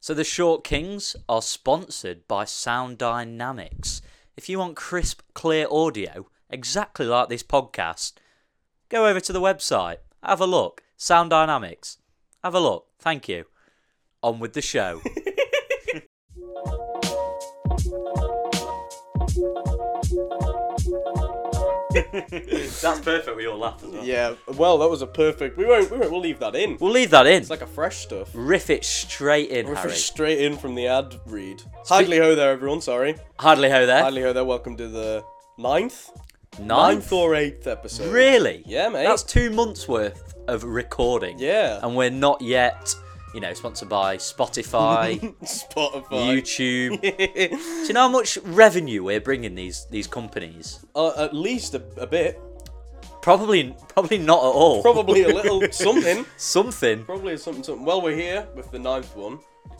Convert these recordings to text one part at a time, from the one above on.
So the Short Kings are sponsored by Sound Dynamics. If you want crisp, clear audio, exactly like this podcast, go over to the website, have a look. Sound Dynamics. Have a look. Thank you. On with the show. That's perfect. We all laugh as well. Yeah, well, that was a perfect. We won't. We won't. We'll leave that in. We'll leave that in. It's like a fresh stuff. Riff it straight in, We're Mm, Harry. straight in from the ad read. Hardly ho there, everyone. Sorry. Hardly ho there. Hardly ho there. Welcome to the ninth, Ninth. or eighth episode. Really? Yeah, mate. That's two months worth of recording. Yeah. And we're not yet, you know, sponsored by Spotify, Spotify. YouTube. Do you know how much revenue we're bringing these these companies? uh, at least a, a bit. Probably, probably not at all. Probably a little something. something. Probably something. Something. Well, we're here with the ninth one.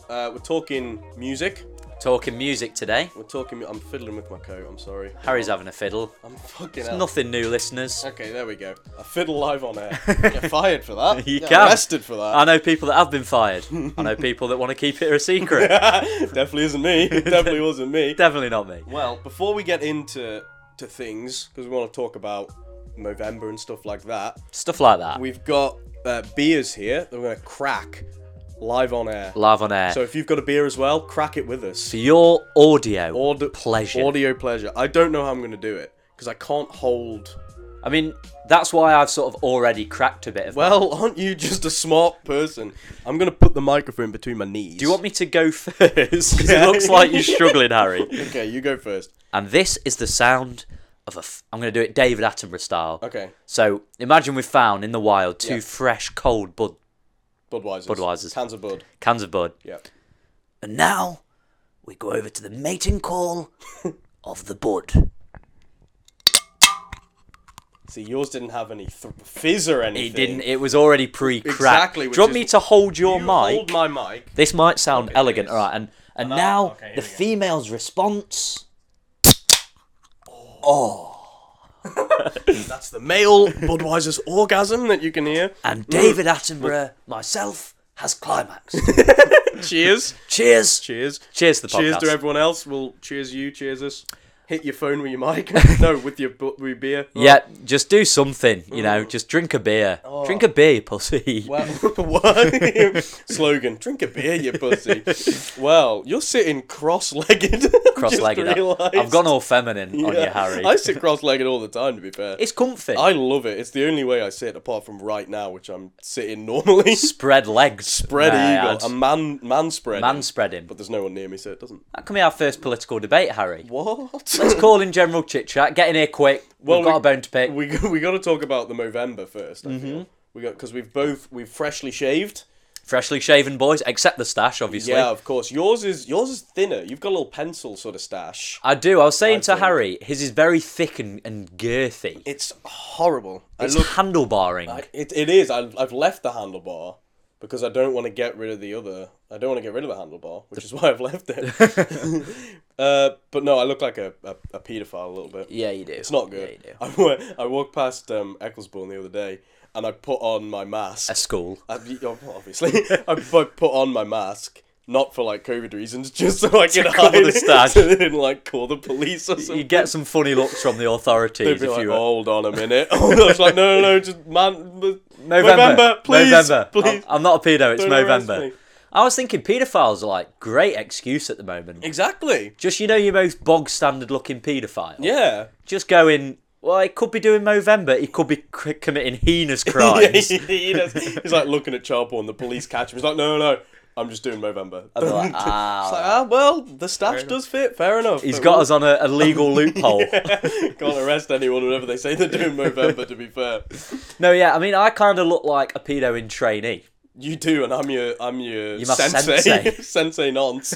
Uh, we're talking music. Talking music today. We're talking. I'm fiddling with my coat. I'm sorry. Harry's having a fiddle. I'm fucking. hell. Nothing new, listeners. Okay, there we go. A fiddle live on air. Get fired for that. You Get can. arrested for that. I know people that have been fired. I know people that want to keep it a secret. Definitely isn't me. Definitely wasn't me. Definitely not me. Well, before we get into to things, because we want to talk about November and stuff like that, Stuff like that. we've got uh, beers here that we're gonna crack live on air. Live on air. So if you've got a beer as well, crack it with us. For your audio Aud- pleasure. Audio pleasure. I don't know how I'm gonna do it because I can't hold. I mean, that's why I've sort of already cracked a bit of. Well, aren't you just a smart person? I'm gonna put the microphone between my knees. Do you want me to go first? Because it looks like you're struggling, Harry. Okay, you go first. And this is the sound of a. F- I'm going to do it David Attenborough style. Okay, So imagine we've found in the wild two Yeah. fresh, cold bud Budweiser. Budweisers. Cans of Bud. cans of bud, Yeah. and now we go over to the mating call of the bud. See, yours didn't have any th- fizz or anything. It didn't. It was already pre-cracked. Exactly, Do which you want is- me to hold your You mic? Hold my mic. This might sound elegant, this. all right? And and now okay, here the we go. female's response. That's the male Budweiser's orgasm that you can hear. and David Attenborough, myself, has climax. Cheers. cheers. cheers. Cheers to the Cheers podcast. to everyone else. We'll cheers you. Cheers us. Hit your phone with your mic. no, with your bu- with your beer. yeah, just do something, you Mm. know, just drink a beer. Drink a beer, you pussy. Oh. Well, what? Slogan: Drink a beer, you pussy. well, you're sitting cross-legged. Cross-legged. Just realised. I've gone all feminine on you, Yeah. Harry. I sit cross-legged all the time. To be fair, It's comfy. I love it. It's the only way I sit, apart from right now, which I'm sitting normally. spread legs. spread may I eagle, add. a man, man spread. Man spreading. but there's no one near me, so it doesn't. That can be our first political debate, Harry. What? Let's call in general chit chat. Get in here quick. Well, We've got we- a bone to pick. we we got to talk about the Movember first. I feel. We got because we've both we've freshly shaved. Freshly shaven boys, except the stash, obviously. Yeah, of course. Yours is yours is thinner. You've got a little pencil sort of stash. I do. I was saying to think. Harry, his is very thick and, and girthy. It's horrible. I It's look. handlebarring. It, it is. I, I've left the handlebar because I don't want to get rid of the other. I don't want to get rid of the handlebar, which is why I've left it. uh, but no, I look like a, a, a paedophile a little bit. Yeah, you do. It's not Yeah, good. you do. I, wa- I walked past um, Ecclesbourne the other day and I put on my mask. A school. I- oh, obviously, I bu- put on my mask. Not for like COVID reasons, just so I could cover hide the it, stash. so they didn't like call the police or something. You get some funny looks from the authorities They'd if be like, "Oh, you were. hold on a minute. it's like, no, no, no, just man, November, please, November. please. I'm, I'm not a pedo. It's Don't arrest November. me. I was thinking paedophiles are like great excuse at the moment. exactly. Just you know your most bog standard looking paedophile. Yeah. Just going. Well, he could be doing Movember. He could be c- committing heinous crimes. he, he does. He's like looking at child porn. The police catch him. He's like, no, no, no. I'm just doing November. I'd be like, It's "Ah, like, ah, well, the stash does fit. Fair enough. he's got us on a, a legal loophole. Can't arrest anyone whenever they say they're doing November. To be fair, No, yeah, I mean, I kind of look like a pedo in trainee. you do, and I'm your, I'm your You're my sensei, sensei. sensei, nonce.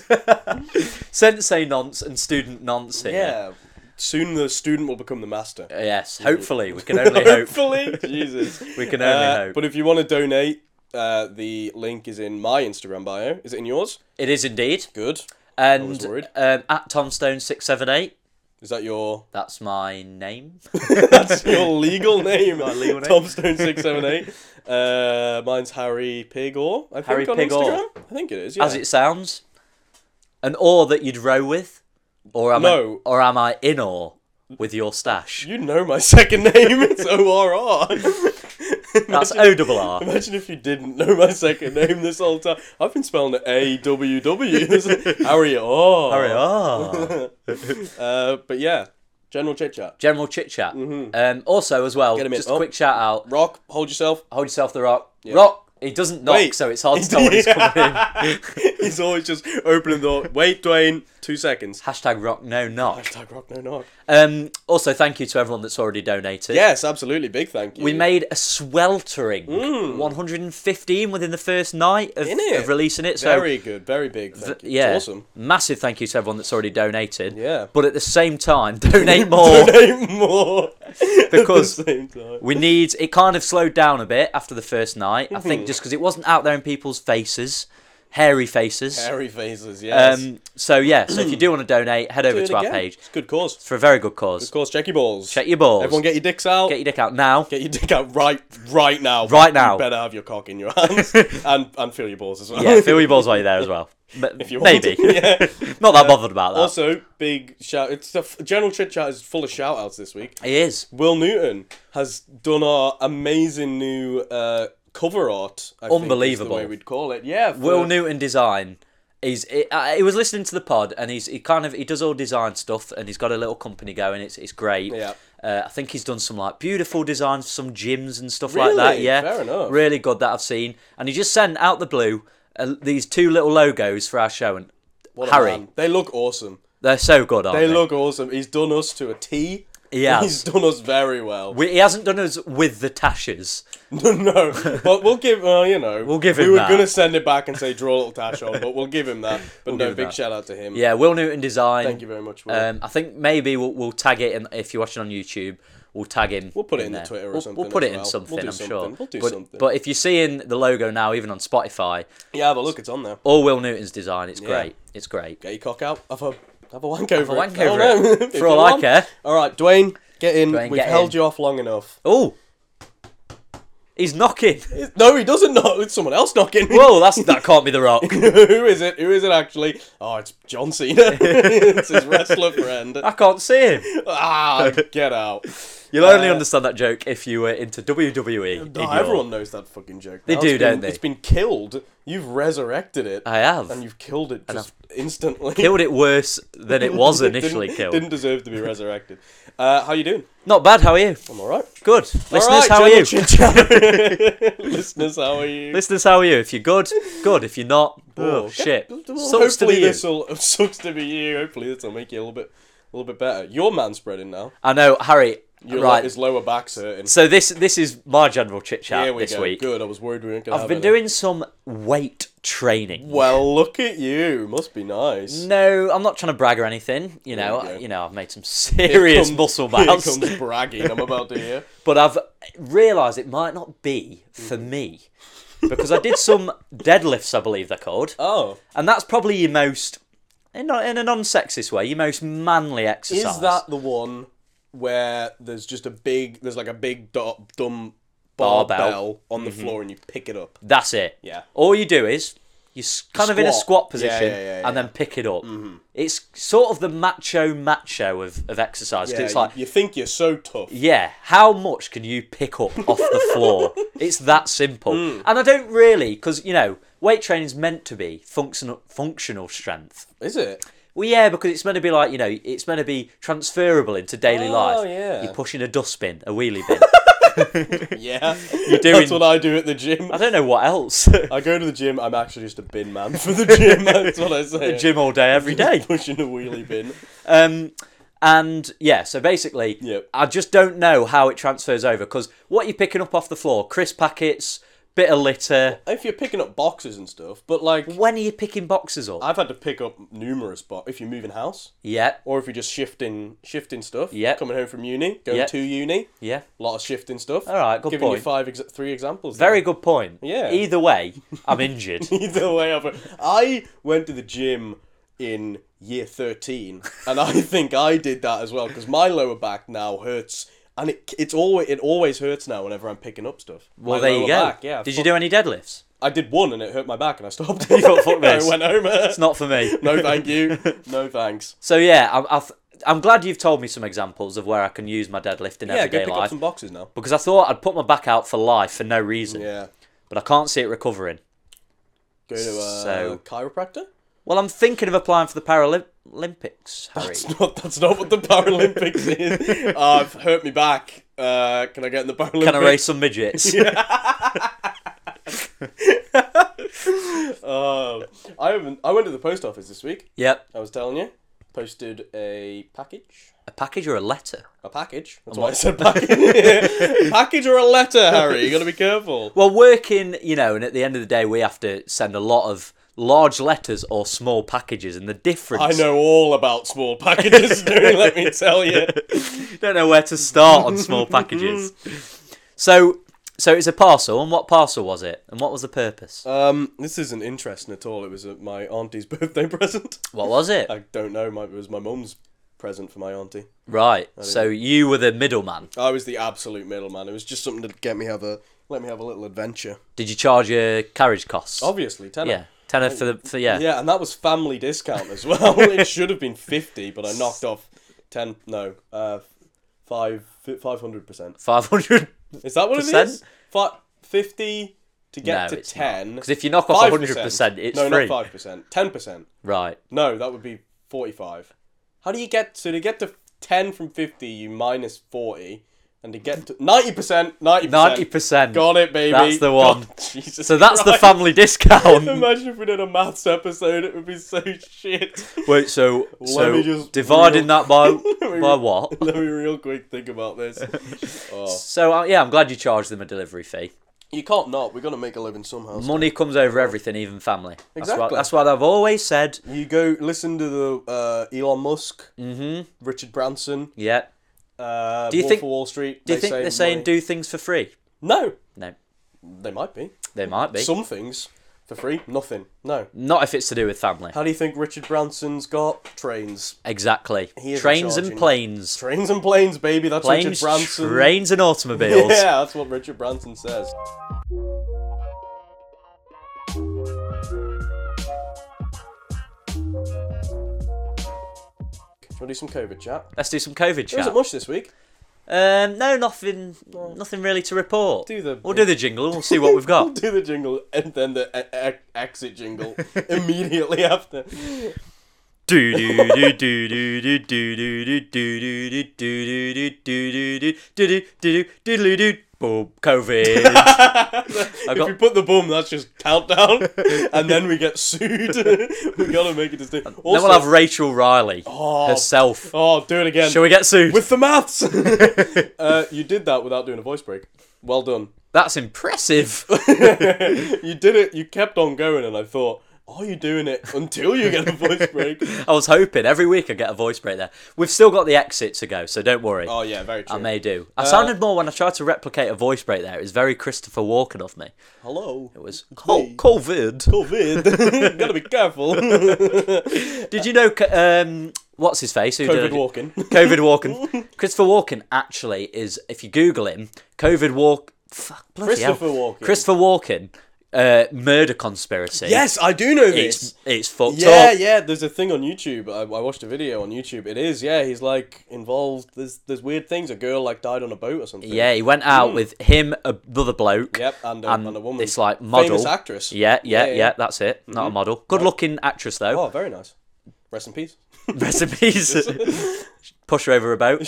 Sensei nonce and student nonce here. Yeah. Soon the student will become the master. Yes, hopefully. We can only hope. Hopefully, Jesus, We can only Uh, hope. But if you want to donate, uh, the link is in my Instagram bio. Is it in yours? It is indeed. Good. And was worried. um, at Tomstone678, Is that your That's my name. that's your legal name? My legal name. Tomstone six seven eight. Uh, mine's Harry Pigor. I think Harry on Pigor. Instagram. I think it is. Yeah. As it sounds, an awe that you'd row with, or am No. I, or am I in awe with your stash? You know my second name. It's O R R. That's O double R. Imagine if you didn't know my second name this whole time. I've been spelling it A W W. This is- Harry R. Hurry up. Uh, but yeah, general chit chat. General chit chat. Um, also, as well, Mm-hmm. Get him in. just a Oh. quick shout out. Rock, hold yourself. Hold yourself the rock. Rock. He doesn't knock, Wait. so it's hard to tell when he's coming in. He's always just opening the door. Wait, Dwayne, two seconds. Hashtag rock no knock. Hashtag rock, no knock. Um, also, thank you to everyone that's already donated. Yes, absolutely. Big thank you. We made a sweltering 115 within the first night of, Mm. Innit? of releasing it. So very good, very big. Thank you. yeah, It's awesome. massive thank you to everyone that's already donated. Yeah. But at the same time, donate more Donate more because at the same time. we need. It kind of slowed down a bit after the first night. I Mm-hmm. think just because it wasn't out there in people's faces, hairy faces. Hairy faces, yes. Um. So yeah. So if you do want to donate, head over Do it to our again. page It's a good cause. for a very good cause. Of course, check your balls. Check your balls. Everyone, get your dicks out. Get your dick out now. Get your dick out right, right now. Right now. You better have your cock in your hands and and feel your balls as well. yeah, feel your balls while you're there as well. But if you want. maybe. yeah. Not that bothered about that. Also, big shout. It's a, general chit chat is full of shout outs this week. he is. Will Newton has done our amazing new uh, cover art. I think is Unbelievable. the way we'd call it. Yeah. for- Will Newton design. He's he, uh, he was listening to the pod and he's he kind of he does all design stuff and he's got a little company going. It's it's great. Yeah. Uh, I think he's done some like beautiful designs for some gyms and stuff like Really? that. Yeah. Fair enough. Really good that I've seen. And he just sent out the blue uh, these two little logos for our show and what a Harry. man. They look awesome. They're so good, aren't They they? look awesome. He's done us to a T. He has. He's done us very well. we, he hasn't done us with the tashes. No, no. But we'll give, well, you know. We'll give We him were that. going to send it back and say draw a little tash on, but we'll give him that. But give no, him big that. shout out to him. Yeah, Will Newton design. Thank you very much, Will. Um, I think maybe we'll, we'll tag it, in, if you're watching on YouTube, we'll tag him. We'll put it in the there. Twitter or we'll, something We'll put as it in well. something, We'll do I'm sure. something. We'll do but, something. But if you're seeing the logo now, even on Spotify, yeah, but look, it's on there. or Will Newton's design, it's great. It's great. Get your cock out. Have a, have a wank over wank it. I don't over it. know. If For you all I want. care. All right, Dwayne, get in. Dwayne, We've get held in. you off long enough. Oh, he's knocking. No, he doesn't know. It's someone else knocking. Whoa, that's that can't be the rock. Who is it? Who is it actually? Oh, it's John Cena. it's his wrestler friend. I can't see him. Ah, get out. You'll only Uh, understand that joke if you were into WWE. in Nah, your- Oh, everyone knows that fucking joke. They do, don't they? It's been killed. You've resurrected it. I have. And you've killed it just instantly. Killed it worse than it was Didn't- initially killed. Didn't deserve to be resurrected. Uh, how you doing? Not bad. How are you? I'm all right. Good. Listeners, All right, how are you? General Chin- Listeners, how are you? Listeners, how are you? If you're good, good. If you're not, Oh, oh, okay. shit. Well, Sucks to hopefully be you. this uh, will sucks to be you. Hopefully this will make you a little bit, a little bit better. Your man's spreading now. I know, Harry. Your right. his lower back's hurting. so this this is my general chit Here chat we this go. week. Good. I was worried we weren't gonna. I've have been any. doing some weight training. Well, look at you. Must be nice. No, I'm not trying to brag or anything. You know, There you go. you know, I've made some Here serious comes- muscle Here bounce, comes bragging. I'm about to hear. but I've realised it might not be for Mm-hmm. me because I did some deadlifts, I believe they're called, Oh, and that's probably your most, in a, in a non-sexist way, your most manly is exercise. that the one where there's just a big, there's like a big du- dumb Barbell. barbell, Mm-hmm. on the floor and you pick it up? That's it. Yeah. All you do is you're s- kind of in a Squat. squat position Yeah, yeah, yeah, Mm-hmm. and then pick it up. It's sort of the macho macho of, of exercise. 'cause Yeah, it's like, you, you think you're so tough. yeah, how much can you pick up off the floor? it's that simple. Mm. And I don't really, because, you know, weight training's meant to be functional, functional strength. Is it? Well, yeah, because it's meant to be like, you know, it's meant to be transferable into daily Oh, life. yeah. You're pushing a dustbin, a wheelie bin. Yeah. doing- That's what I do at the gym. I don't know what else. I go to the gym. I'm actually just a bin man for the gym. That's what I say. Gym all day, every day. Pushing a wheelie bin. Um, and yeah, so basically, Yep. I just don't know how it transfers over because what you're picking up off the floor, crisp packets, bit of litter. If you're picking up boxes and stuff, but like When are you picking boxes up? I've had to pick up numerous boxes. If you're moving house, yeah, or if you're just shifting shifting stuff. Yeah. Coming home from uni, going Yeah. to uni, yeah. a lot of shifting stuff. All right, good Giving point. you five, ex- three examples. Very good point. Yeah. Either way, I'm injured. there. Either way, I've- I went to the gym in year 13 and i think i did that as well because my lower back now hurts and it it's always it always hurts now whenever i'm picking up stuff Well, My there you lower go. back, yeah Did you do any deadlifts? i did one and it hurt my back and i stopped You thought, "Fuck i this." went home It's not for me. no thank you no thanks So yeah, I'm, I've, I'm glad you've told me some examples of where I can use my deadlift in yeah go everyday pick up life some boxes now because I thought I'd put my back out for life for no reason, yeah but I can't see it recovering. go to uh, So- chiropractor Well, I'm thinking of applying for the Paralympics, Harry. It's not- that's not what the Paralympics is. Uh, I've hurt me back. Uh, can I get in the Paralympics? Can I raise some midgets? Um, I haven't. I went to the post office this week. Yep, I was telling you, posted a package. a package or a letter. A package. That's why I said package. package or a letter, Harry. You gotta be careful. Well, working, you know, and at the end of the day, we have to send a lot of large letters or small packages, and the difference. I know all about small packages, dude, let me tell you. Don't know where to start on small packages. So, so it's a parcel, and what parcel was it, and what was the purpose? Um, this isn't interesting at all. It was uh, my auntie's birthday present. What was it? I don't know. My, it was my mum's present for my auntie. Right. So you were the middleman. I was the absolute middleman. It was just something to get me have a let me have a little adventure. Did you charge your carriage costs? Obviously, tenner. yeah, tenner for the for yeah. Oh, Yeah, and that was family discount as well. it should have been fifty, but I knocked off ten. No, uh, five five hundred percent. five hundred. Is that what it is? Percent? Fi fifty to get No, to it's not. ten. Because if you knock off hundred percent, it's no, free. not five percent. Ten percent. Right. No, that would be forty-five. How do you get to to get to ten from fifty? You minus forty, and to get to ninety percent, ninety Ninety percent. percent. Got it, baby. That's the God, one. Jesus So that's the Christ. family discount. Imagine if we did a maths episode, it would be so shit. Wait, so so me just dividing reel- that by me by re- what? Let me real quick think about this. Oh. So uh, yeah, I'm glad you charged them a delivery fee. You can't not. We're gonna make a living somehow. Money comes over everything, even family. That's what, Exactly. that's what I've always said. You go listen to the uh, Elon Musk, Richard Branson. Yeah. Uh, Mm-hmm. you Wolf think- of Wall Street? Do you think they're saying do things for free? no? No, They might be. they might be. Some things for free, nothing. No. Not if it's to do with family. How do you think Richard Branson's got trains? Exactly. isn't Trains and charging. planes. Trains and planes, baby. That's Planes, Richard Branson. trains, and automobiles. Yeah, that's what Richard Branson says. We'll do some COVID chat. Let's do some COVID There chat. isn't much this week. Um, no, nothing, nothing really to report. Do the- We'll do the jingle. and We'll see what we've We'll got. do the jingle and then the e- e- exit jingle immediately after. do do do do do do do do do do do do do do do do do do do do do do. Boom, COVID. if got- we put the boom, that's just countdown, and then we get sued. we gotta make a distinction. Uh, Then we'll have Rachel Riley Oh. herself. oh, do it again. Shall we get sued? with the maths. uh, you did that without doing a voice break. Well done. That's impressive. you did it. You kept on going, and I thought, are you doing it until you get a voice break? I was hoping every week I get a voice break there. We've still got the exit to go, so don't worry. Oh yeah, very true. I may do. I sounded more when I tried to replicate a voice break there. It was very Christopher Walken of me. Hello. It was "Co- COVID. COVID. Gotta be careful. Did you know? c- Um, what's his face? Who COVID did- walking. COVID Walken. Christopher Walken actually is, if you Google him, COVID Walk. Fuck, bloody Christopher hell. Walken. Christopher Walken. Uh, murder conspiracy. Yes, I do know this. It's it's fucked yeah, up. yeah. There's a thing on YouTube. I, I watched a video on YouTube. It is. Yeah, he's like involved. There's there's weird things. A girl like died on a boat or something. Yeah, he went out with him, a- another bloke. Yep, and a, and a Hmm. woman. This like model. Famous actress. Yeah, yeah, Yeah, Mm-hmm. yeah, yeah. that's it. Not a model. Good looking actress though. Oh, very nice. Rest in peace. Recipes. Push her over a boat.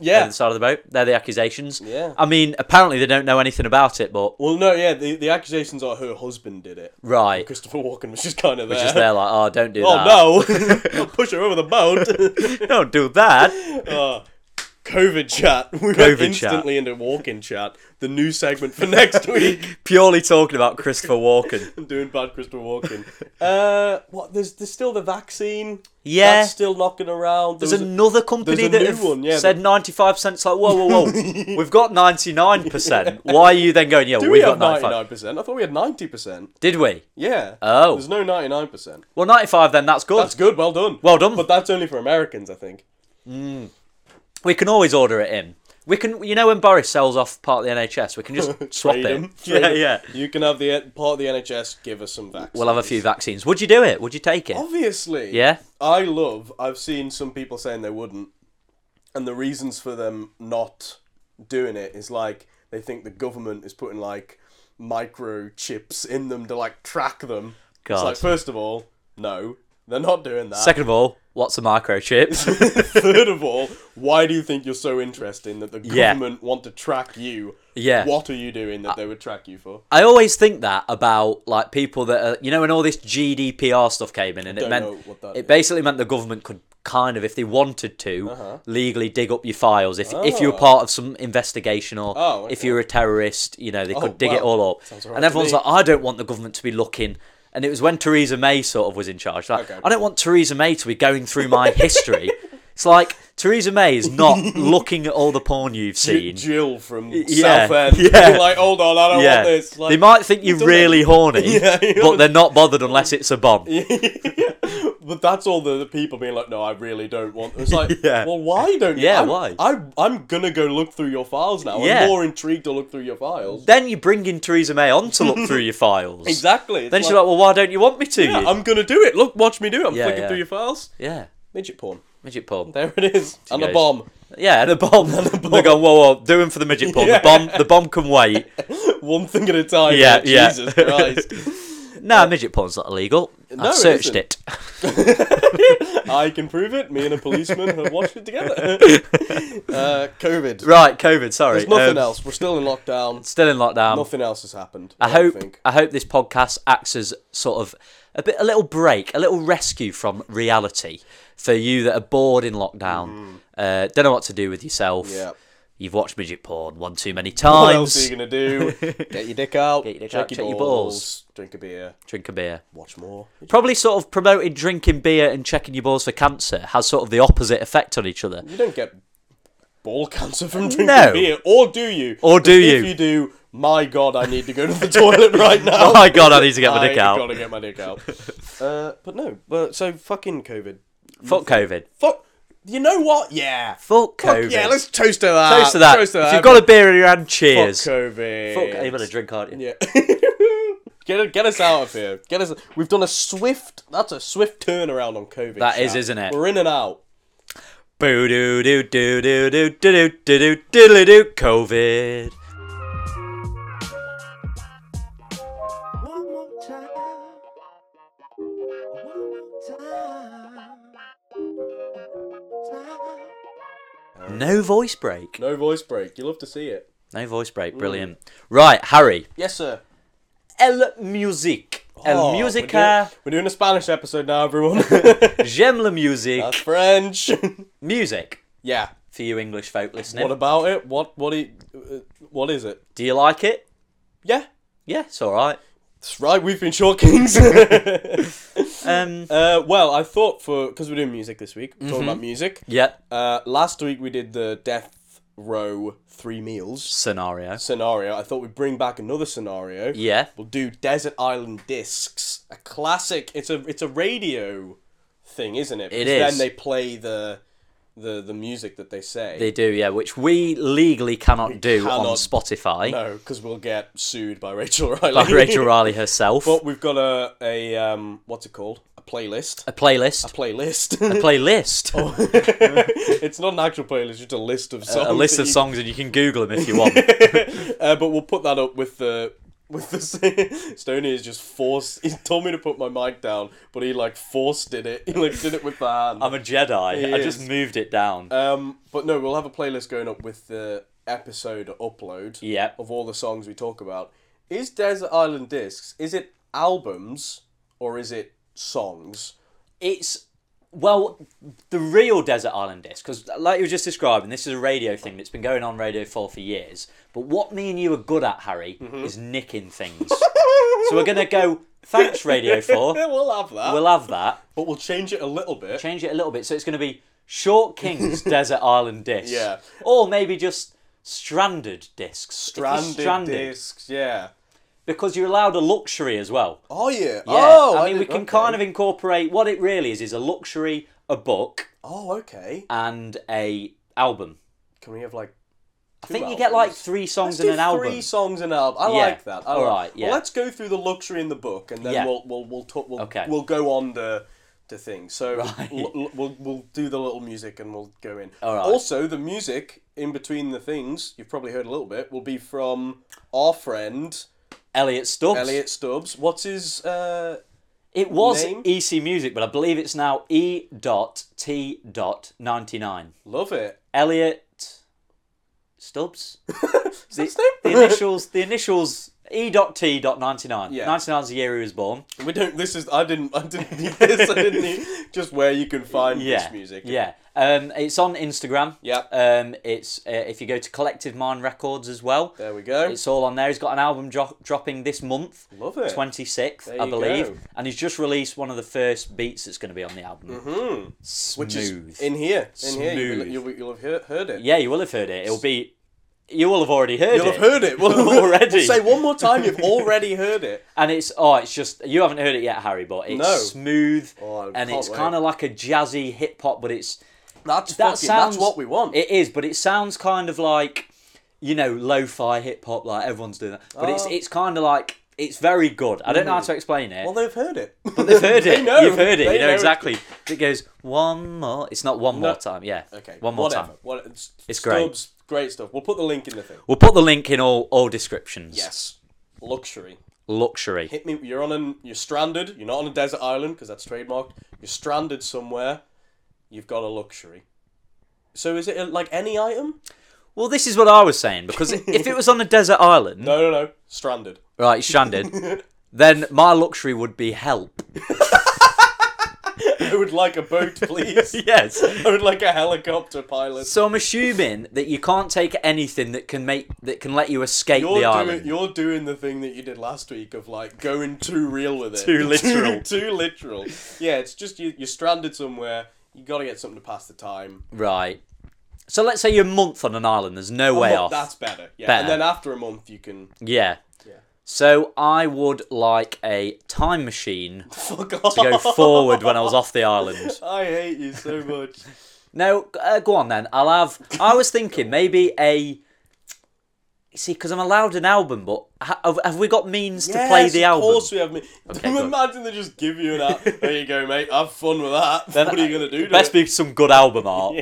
yeah. The side of the boat. They're the accusations. Yeah. I mean, apparently they don't know anything about it, but Well, no, yeah. The, the accusations are her husband did it. right. Christopher Walken was just kind of there. Just they're like, oh, don't do Oh that. no! I'll push her over the boat. no, don't do that. Oh, COVID chat. We COVID went chat. instantly into walk-in chat. The new segment for next week. Purely talking about Christopher Walken. I'm doing bad Christopher Walken. Uh, what? There's there's still the vaccine. Yeah. That's still knocking around. There There's was a- another company there's a that new have one, yeah, said 95%. It's like, whoa, whoa, whoa. we've got 99%. Why are you then going, yeah, do we've we have got 95 ninety-nine percent? I thought we had ninety percent. Did we? Yeah. Oh. There's no ninety-nine percent. Well, 95 then, that's good. That's good. Well done. Well done. But that's only for Americans, I think. we can always order it in. We can, you know, when Boris sells off part of the NHS, we can just swap Trade 'em. it. Trade Yeah, 'em. yeah. You can have the N- part of the NHS. Give us some vaccines. We'll have a few vaccines. Would you do it? Would you take it? Oh. Obviously. Yeah. I love. I've seen some people saying they wouldn't, and the reasons for them not doing it is like they think the government is putting like microchips in them to like track them. It's God. like first of all, no, they're not doing that. Second of all, what's a microchip? Third of all, why do you think you're so interesting that the Yeah. government want to track you? Yeah. What are you doing that they would track you for? I always think that about like people that are, you know, when all this GDPR stuff came in, and it Don't meant know what that it is. basically meant the government could kind of, if they wanted to, legally dig up your files if if you were Uh-huh. Oh. part of some investigation or Oh, if okay. you were a terrorist, you know, they could Oh, dig it wow. all up. Sounds alright And to everyone's me. like, I don't want the government to be looking. And it was when Theresa May sort of was in charge. Like, Okay. I don't want Theresa May to be going through my history. It's like Theresa May is not looking at all the porn you've seen. Jill from yeah, South End. yeah. Like, hold on, I don't Yeah, want this. Like, they might think you're done it. really horny, Yeah, you but know. they're not bothered unless it's a bomb. but that's all the, the people being like, no, I really don't want. It's like, Yeah. well, why don't you? Yeah, I'm- why? I, I'm gonna go look through your files now. Yeah. I'm more intrigued to look through your files. Then you bring in Theresa May on to look through your files. Exactly. It's Then she's like, "Well, why don't you want me to?" yeah, you? I'm gonna do it. Look, watch me do it. I'm Yeah, flicking yeah. through your files. yeah, Midget porn. midget porn. There it is. And goes. a bomb. Yeah, and a bomb. And They're going, "Whoa, whoa, do him for the midget porn. Yeah. The bomb, the bomb can wait." One thing at a time. Yeah, yeah. Jesus Christ. Nah, midget porn's not illegal. it I've searched isn't. it. I can prove it. Me and a policeman have watched it together. uh, COVID. Right, COVID. Sorry, There's nothing Um, else. We're still in lockdown. Still in lockdown. Nothing else has happened. I don't hope think. I hope this podcast acts as sort of a bit a little break, a little rescue from reality for you that are bored in lockdown. Uh, don't know what to do with yourself. Mm-hmm. Yeah. You've watched midget porn one too many What else times. are you gonna do? Get your dick out. your dick out, check Your check your balls. balls. Drink a beer. Drink a beer. Watch more. Probably sort of promoting drinking beer and checking your balls for cancer has sort of the opposite effect on each other. You don't get ball cancer from drinking No. beer, or do you? Or do If you? you do, my God, I need to go to the toilet right now. Oh my god, I need to get my dick I out. Gotta get my dick out. uh, but no. But so fucking COVID. Fuck COVID. Fuck. You know what? Yeah. Fuck Fuck COVID. yeah, let's toast to that. toast to that. Toast to that. If you've got a beer in your hand, fuck cheers. COVID. Fuck, you've had a drink, aren't you? Yeah. get get us out of here. Get us. We've done a swift. That's a swift turnaround on COVID. That That is, isn't it? We're in and out. Boo doo doo doo doo doo doo doo doo doo doo COVID. One more time. One more time. Time. No voice break. No voice break. You love to see it. No voice break. Brilliant. Right, Harry. Yes, sir. El music. Oh, El we're musica. doing- We're doing a Spanish episode now, everyone. J'aime la music. That's French. Music. yeah. For you English folk listening. What about it? What what do you- uh, what is it? Do you like it? Yeah. Yeah, it's alright. That's right. We've been short kings. Um, Mm-hmm. uh, well, I thought for because we're doing music this week, we're talking about music. yeah. Uh, last week we did the death row three meals. Scenario. scenario, I thought we'd bring back another scenario. Yeah. We'll do Desert Island Discs, a classic. It's a it's a radio thing, isn't it? Because is. Then they play the the the music that they say. They do, yeah, which we legally cannot do on cannot. Spotify no, because we'll get sued by Rachel Riley. by Rachel Riley herself. but we've got a a um what's it called? A playlist. A playlist. playlist. Playlist. Oh, it's not an actual playlist, just a list of songs. a list that of you- songs, and you can Google them if you want. Uh, but we'll put that up with the with the Stony is just forced. He told me to put my mic down, but he like forced did it. He like did it with the hand. I'm a Jedi. He I just is. moved it down. um, but no, we'll have a playlist going up with the episode upload. Yep. Of all the songs we talk about, is Desert Island Discs? Is it albums or is it songs? it's Well, the real Desert Island Disc, because like you were just describing, this is a radio thing that's been going on Radio 4 for years. But what me and you are good at, Harry, Mm-hmm. is nicking things. so we're going to go, thanks, Radio 4. we'll have that. We'll have that. but we'll change it a little bit. Change it a little bit. So it's going to be Short King's Desert Island Disc. Yeah. Or maybe just Stranded Discs. If you're Stranded, discs, yeah. Because you're allowed a luxury as well. Oh yeah. Yeah, oh, I mean, we can kind of incorporate what it really is is a luxury, a book, Oh, okay. and a album. Can we have like? I think you get like three songs in an album. Three songs and an album. I Yeah. like that. I All like- right, yeah. Well, let's go through the luxury in the book, and then Yeah. we'll we'll we'll talk. We'll, Okay. we'll go on the the thing. So Right. l- l- we'll we'll do the little music, and we'll go in. All right. Also, the music in between the things you've probably heard a little bit will be from our friend Elliot Stubbs. Elliot Stubbs. What's his? Uh, It was name? EC Music, but I believe it's now E dot T dot ninety nine. love it. Elliot Stubbs. Is The, that his name? the initials. The initials. E dot T dot ninety nine. Yeah. Ninety nine's the year he was born. We don't. This is. I didn't. I didn't need this. I didn't need just where you can find Yeah. this music. Yeah. Um, it's on Instagram. Yep. Um, it's uh, if you go to Collective Mind Records as well. There we go. It's all on there. He's got an album dro- dropping this month. Love it. 26th, There I you believe. go. And he's just released one of the first beats that's going to be on the album. Hmm. Smooth. Which is in here. In here. Smooth. You'll, you'll, you'll have heard, heard it. yeah, you will have heard it. It'll be. You will have already heard You'll it. have heard it. We'll, Already. We'll say one more time. You've already heard it. And it's. Oh, it's just. You haven't heard it yet, Harry, but it's No. smooth. Oh, I and can't it's wait. kind of like a jazzy hip hop, but it's. That's That fucking, sounds. That's what we want. It is, but it sounds kind of like. You know, lo fi hip hop, like everyone's doing that. But it's Oh. Mm-hmm. it's kind of like. It's very good. I don't know how to explain it. well, they've heard it. But They've heard it. they know. You've heard it. They you know, exactly. It goes one more. It's not one more time. Yeah. Okay. One more whatever. time. What, it's It's great. Stubbs, great stuff. We'll put the link in the thing. We'll put the link in all all descriptions. Yes. Luxury. Luxury. Hit me. You're on an. You're stranded. You're not on a desert island because that's trademarked. You're stranded somewhere. You've got a luxury. So is it uh, like any item? Well, this is what I was saying because if it was on a desert island, No, no, no. Stranded. right, stranded, then my luxury would be help. I would like a boat, please. Yes. I would like a helicopter pilot. So I'm assuming that you can't take anything that can make that can let you escape You're the doing, island. you're doing the thing that you did last week of like going too real with it. Too literal. too, too literal. Yeah, it's just you, you're stranded somewhere. You got to get something to pass the time. Right. So let's say you're a month on an island. There's no way Well, off. That's better. Yeah. Better. And then after a month, you can Yeah. So I would like a time machine fuck off. to go forward when I was off the island. I hate you so much. No, uh, go on then. I'll have. I was thinking maybe a. See, because I'm allowed an album, but ha- have, have we got means to play Yes, the of album? course we have me. good. Imagine they just give you an app. there you go, mate. Have fun with that. what are you gonna do? To Best it? be some good album art.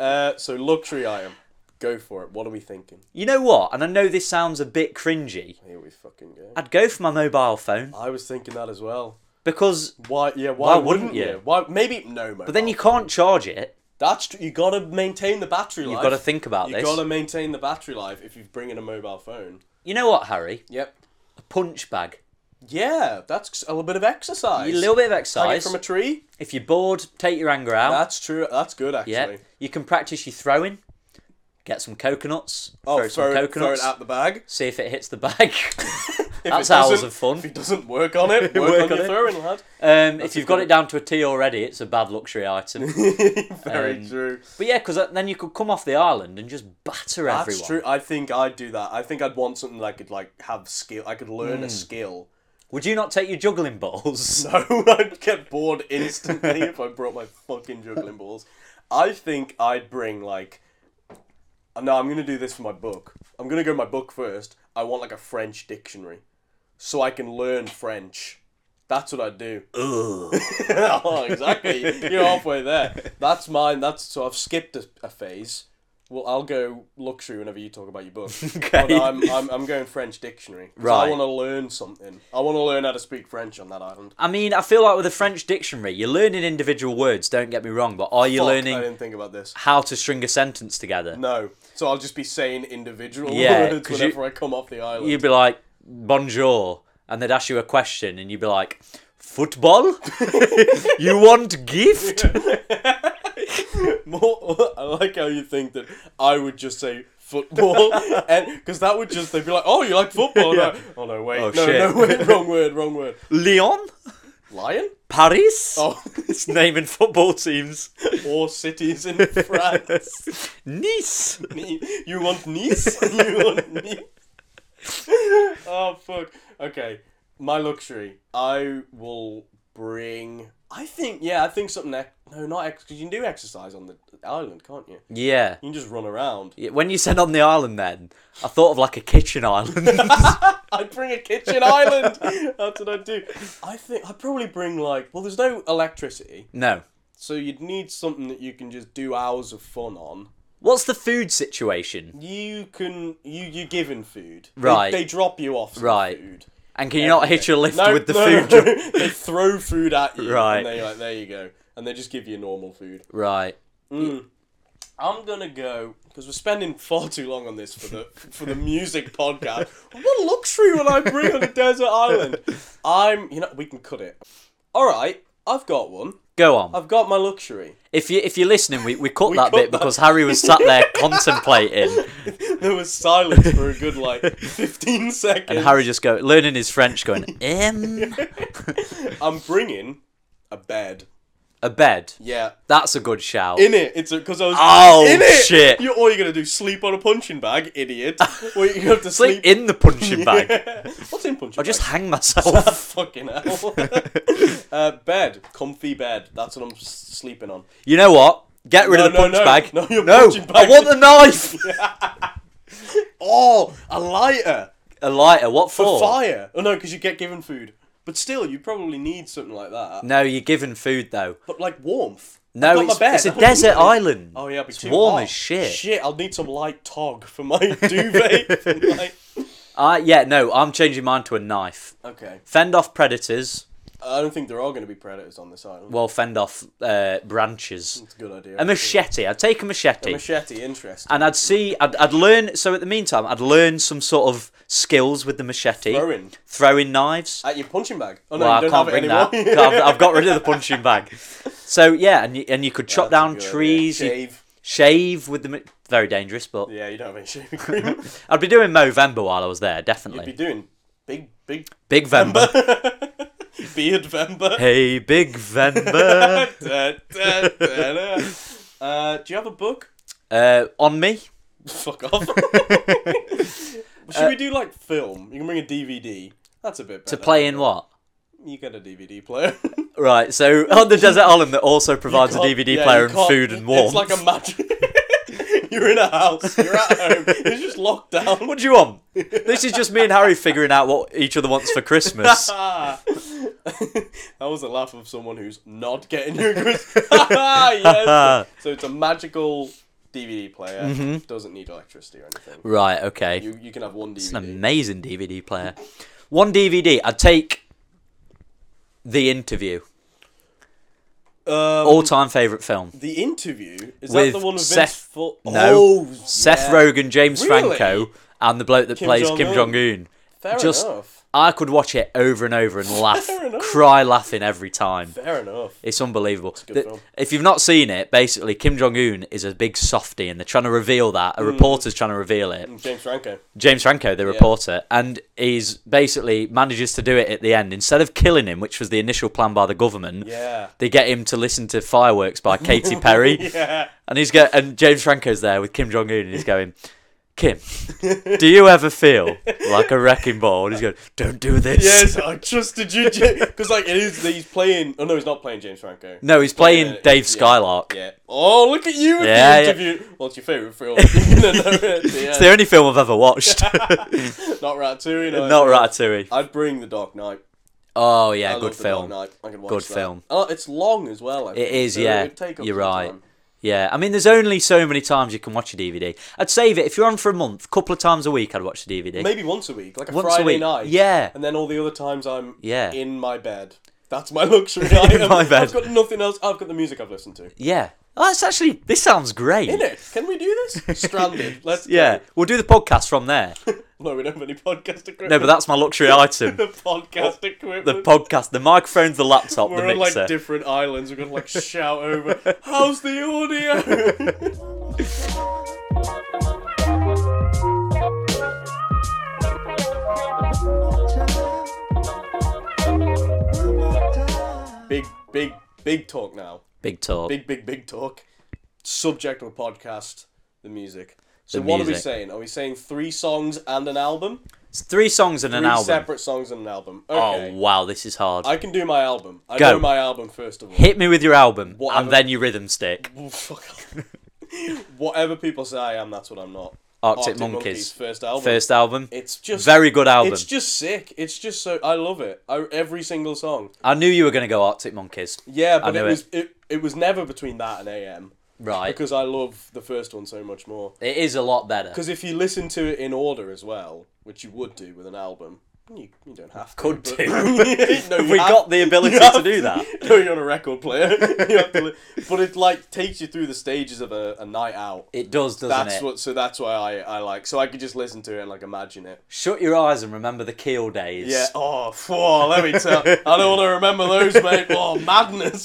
Uh, so luxury item. Go for it. What are we thinking? You know what? And I know this sounds a bit cringy. Here we fucking go. I'd go for my mobile phone I was thinking that as well. because, Why? Yeah. Why, Why wouldn't you? Why? Maybe no. Mobile. but then you can't charge it. That's tr- you gotta maintain the battery life. You've got to think about You this. gotta maintain the battery life if you bring in a mobile phone. You know what, Harry? Yep. A punch bag. Yeah, that's a little bit of A exercise. little bit of Hang it exercise. from a tree. If you're bored, take your anger out. That's true. That's good actually. Yeah, you can practice your throwing. Get some coconuts. Oh, throw some throw, it, throw coconuts. it out the bag. See if it hits the bag. If That's it doesn't- hours of fun. If it doesn't work on it, work, Work on, on your it. throwing, lad. um, if you've got good- it down to a T already, it's a bad luxury item. Very Um, true. but yeah, because then you could come off the island and just batter That's everyone. true. I think I'd do that. I think I'd want something that I could like have skill. I could learn a Hmm. skill. Would you not take your juggling balls? No, I'd get bored instantly if I brought my fucking juggling balls. I think I'd bring like. No, I'm gonna do this for my book. I'm gonna go my book first. I want like a French dictionary, so I can learn French. That's what I'd do. oh, exactly. You're halfway there. That's mine. That's so I've skipped a, a phase. Well, I'll go luxury whenever you talk about your book. But Okay. I'm, I'm, I'm going French dictionary. 'Cause I Right. want to learn something. I want to learn how to speak French on that island. I mean, I feel like with a French dictionary, you're learning individual words. Don't get me wrong, but are you Fuck, I learning didn't think about this. how to string a sentence together? No. So I'll just be saying individual Yeah, words 'cause whenever I come off the island. You'd be like bonjour, and they'd ask you a question, and you'd be like Football? you want gift? More, I like how you think that I would just say football, and because that would just they'd be like, "Oh, you like football?" No. Oh no, wait, Oh, no, shit. no, wait, wrong word, wrong word. Lyon? Lion Paris? Oh. It's naming football teams. or cities in France? Nice. Ni- you want Nice? you want Nice? oh fuck. Okay, my luxury. I will bring. I think yeah, I think something. Ex- no, not ex. Because you can do exercise on the island, can't you? Yeah. You can just run around. Yeah, When you said on the island, then I thought of like a kitchen island. I'd bring a kitchen island. That's what I'd do. I think I'd probably bring like well, there's no electricity, no. so you'd need something that you can just do hours of fun on. What's the food situation? You can you you're given food. They- Right. They, drop you off some Right. food. And can you not hit your lift No, with the no, food? no, dro- no. they throw food at you. Right. And they're like, there you go. And they just give you normal food. Right. I'm gonna go because we're spending far too long on this for the for the music podcast. What luxury will I bring on a desert island? I'm, you know, we can cut it. All right, I've got one. Go on. I've got my luxury. If you if you're listening, we, we cut that cut bit that. because Harry was sat there contemplating, There was silence for a good like fifteen seconds. and Harry just go learning his French, going um I'm bringing a bed. a bed. Yeah. That's a good shout. In it, it's because I was. Oh, in it! shit. You, all you're gonna do sleep on a punching bag, idiot. or you have to Sleep sleep. in the punching bag. What's in punching? I just bags? hang myself. Fucking hell. uh, bed, comfy bed. That's what I'm s- sleeping on. You know what? Get rid No, of the no, punch no. bag. No, your punching I bag. want the knife. Oh, a lighter a lighter. What for for? fire. Oh no, because you get given food. But still, you probably need something like that. No, you're given food though. But like warmth. I've No, got it's, my bed. it's a I don't need desert it. island. Oh yeah, it'd be it's too warm hot. as shit. Shit, I'll need some light tog for my duvet. for my- Uh, yeah, no, I'm changing mine to a knife. Okay, Fend off predators. I don't think there are going to be predators on this island. Well, fend off uh, branches. It's a good idea. A machete. I'd take a machete. Machete, interesting. and I'd see, I'd, I'd learn. So at the meantime, I'd learn some sort of skills with the machete, Throwing throwing knives. at your punching bag. Oh no, well, I you don't can't have bring it that. anymore. I've, I've got rid of the punching bag. So yeah, and you, and you could chop That's a down good idea. trees, you Shave. shave with the ma- very dangerous, but Yeah, you don't have any shaving cream. I'd be doing Movember while I was there, You'd be definitely. doing big, big Big Vember. beard vember. hey, Big Vember. Da, da, da, da. Uh, do you have a book? uh, on me. Fuck off. Should we do like film? You can bring a DVD. That's a bit better. Uh, To play in what? You get a DVD player. Right, so on the desert island that also provides a Can't- DVD yeah, player you and can't- food and warmth. It's like a match. you're in a house. You're at home. It's just locked down. What do you want? This is just me and Harry figuring out what each other wants for Christmas. Ah. that was a laugh of someone who's not getting you a Christmas. yes. So it's a magical DVD player. Mm-hmm. Doesn't need electricity or anything. right, okay. You, you can have one It's an DVD. amazing DVD player. One DVD, I'd take The Interview. Um, All time favourite film. the interview is Oh. With that the one with Vince Seth- Fu- no. Oh, Seth yeah. Rogen, James Really? Franco, and the bloke that Kim plays Kim Jong-un. Jong Un. Fair just- enough. I could watch it over and over and laugh, Fair enough. cry laughing every time. Fair enough. It's unbelievable. good The- film. if you've not seen it, basically Kim Jong Un is a big softy, and they're trying to reveal that. Hmm. A reporter's trying to reveal it. James Franco. James Franco, the reporter, and he's basically manages to do it at the end. Instead of killing him, which was the initial plan by the government, Yeah. they get him to listen to fireworks by Katy Perry, Yeah. and he's go- and James Franco's there with Kim Jong Un, and he's going. Kim, do you ever feel like a wrecking ball? And he's going, "Don't do this." Yes, I trusted you, because like it is. He's playing. Oh no, he's not playing James Franco. No, he's playing Yeah, Dave yeah, Skylark. Yeah. Oh, look at you with Yeah, the yeah. interview. What's your favourite film? no, no, it's the It's end. the only film I've ever watched. Not Ratatouille. No, Not Ratatouille. I'd bring The Dark Knight. Oh yeah, I good love The Dark film. Knight. I could watch Good that. film. Oh, it's long as well. I think, is, so yeah. it'd take up You're some right. time. Yeah, I mean, there's only so many times you can watch a DVD. I'd save it if you're on for a month, couple of times a week. I'd watch the DVD. Maybe once a week, like a Once a Friday week. night. Yeah. And then all the other times I'm Yeah. in my bed. That's my luxury item. my bed. I've got nothing else. I've got the music I've listened to. Yeah. Oh, that's actually. This sounds great. In it? Can we do this? Stranded. Let's. go. Yeah. We'll do the podcast from there. No, we don't have any podcast equipment. No, but that's my luxury item. the podcast equipment. The podcast, the microphones, the laptop, We're the on like mixer. different islands. We're gonna like shout over. How's the audio? big, big, big talk now. Big talk. Big, big, big talk. Subject of the podcast: the music. So The what are we music. saying? Are we saying three songs and an album? It's three songs and an three album. separate songs and an album. Okay. Oh wow, this is hard. I can do my album. I Go. know my album first of all. Hit me with your album Whatever. and then your rhythm stick. Oh, fuck off. Whatever people say I am, that's what I'm not. Arctic Monkeys. first album. First album. It's just Very good album. It's just sick. It's just so I love it. I, every single song. I knew you were going to go Arctic Monkeys. Yeah, but knew it it. was it. it was never between that and AM Right. because I love the first one so much more. it is a lot better. Because if you listen to it in order as well, which you would do with an album, you, you don't have to. Could but- do. no, you we have- got the ability you have to do that. No, you're on a record player. You have to li- but it like takes you through the stages of a, a night out. It does, doesn't that's it? what. So that's why I, I like. So I could just listen to it and like imagine it. Shut your eyes and remember the Keel days. Yeah. Oh, whoa, let me tell. I don't want to remember those, mate. Oh, madness.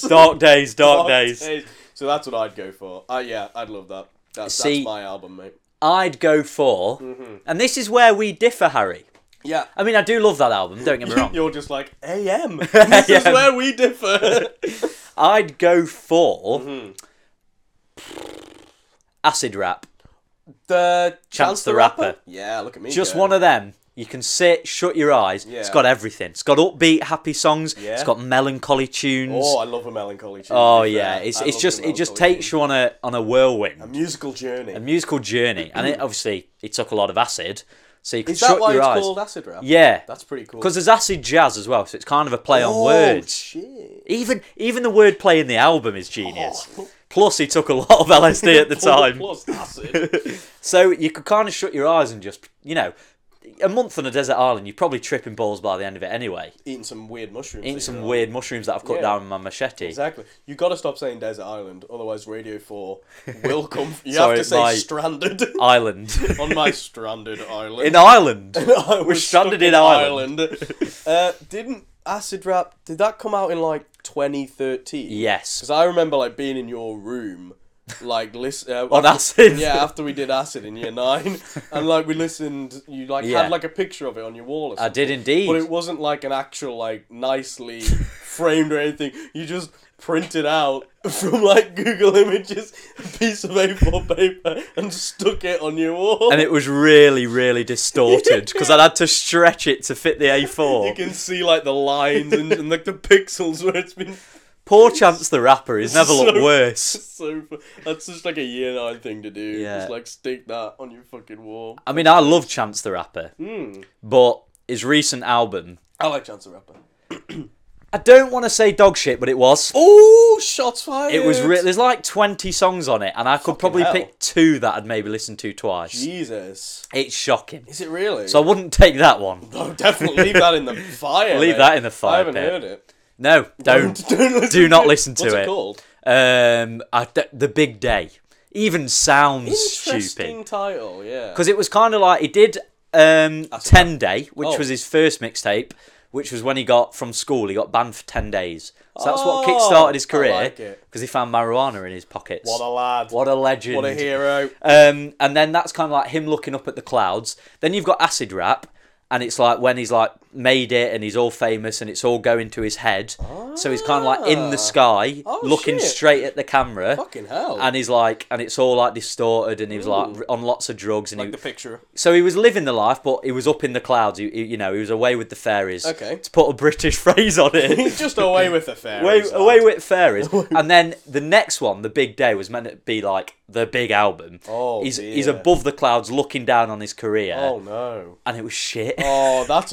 Dark days, dark, Dark days. So that's what I'd go for. Uh, yeah, I'd love that. That's, See- that's my album, mate. I'd go for, Mm-hmm. and this is where we differ, Harry. Yeah. I mean, I do love that album. Don't get me wrong. You're just like AM. This is AM. where we differ. I'd go for Mm-hmm. acid rap. the Chance, the Rapper. Yeah, look at me. Just go. one of them. You can sit, shut your eyes. It's Yeah. got everything. It's got upbeat, happy songs. It's Yeah. got melancholy tunes. Oh, I love a melancholy tune. Oh to be yeah, fair. it's I it's love just a it just melancholy Um, takes tune. you on a on a whirlwind, A musical journey. a musical journey, and it obviously it took a lot of acid, so you can is shut that why your it's eyes. called acid rap? yeah, That's pretty cool. because there's acid jazz as well, so it's kind of a play on oh, words. Shit. Even even the word play in the album is genius. Plus, he took a lot of LSD at the time, Oh. Plus acid. so you could kind of shut your eyes and just you know, a month on a desert island, you're probably tripping balls by the end of it anyway. eating some weird mushrooms. Eating that some you're on. weird mushrooms that I've cut Yeah. down with my machete. Exactly. You got to stop saying desert island, otherwise Radio Four will come. You Sorry, have to say my- stranded Island on my stranded island. in Ireland. I was stranded stuck in Ireland. Ireland. uh, didn't acid rap? Did that come out in like 2013? Yes. Because I remember like being in your room, like listen uh, On after- acid. Yeah, after we did acid in year nine, and like we listened, you like Yeah. had like a picture of it on your wall. Or I something. did indeed. But it wasn't like an actual like nicely framed or anything. You just printed out from like Google Images a piece of A4 paper and stuck it on your wall. and it was really, really distorted because I'd had to stretch it to fit the you A4. can see like the lines and, and like the pixels where it's been Poor Chance the Rapper has never looked So- worse. so. fu- That's just like a year nine thing to do. Yeah. Just like stick that on your fucking wall. I mean, I love Chance the Rapper, Hmm. but his recent album. I like Chance the Rapper. I don't want to say dog shit, but it was. Oh, shots fired! It was re- there's like 20 songs on it, and I could probably hell. pick two that I'd maybe listen to twice. Jesus. It's shocking. Is it really? So I wouldn't take that one. oh, definitely leave that in the fire. Leave mate. that in the I fire haven't pit. heard it. No, don't. listen do not listen to What's it. it called? um, I, th- the Big Day even sounds Interesting stupid. title, yeah. because it was kind of like he did um, 10 day which Oh. was his first mixtape which was when he got from school he got banned for 10 days so that's what kick-started his Oh, I career like because he it. found marijuana in his pockets What a lad. What a legend What a hero. um, and then that's kind of like him looking up at the clouds then you've got acid rap and it's like when he's like made it and he's all famous and it's all going to his head so he's kind of like in the sky Oh, looking shit. straight at the camera Fucking hell. and he's like and it's all like distorted and he was like on lots of drugs and he, like the picture. so he was living the life, but he was up in the clouds. He, he- you know, he was away with the fairies. Okay. To put a British phrase on it. He's just away with the fair. away, away with fairies. and then the next one, the big day, was meant to be like the big album. Oh, he's he's dear. above the clouds, looking down on his career, Oh no. and it was shit. Oh, that's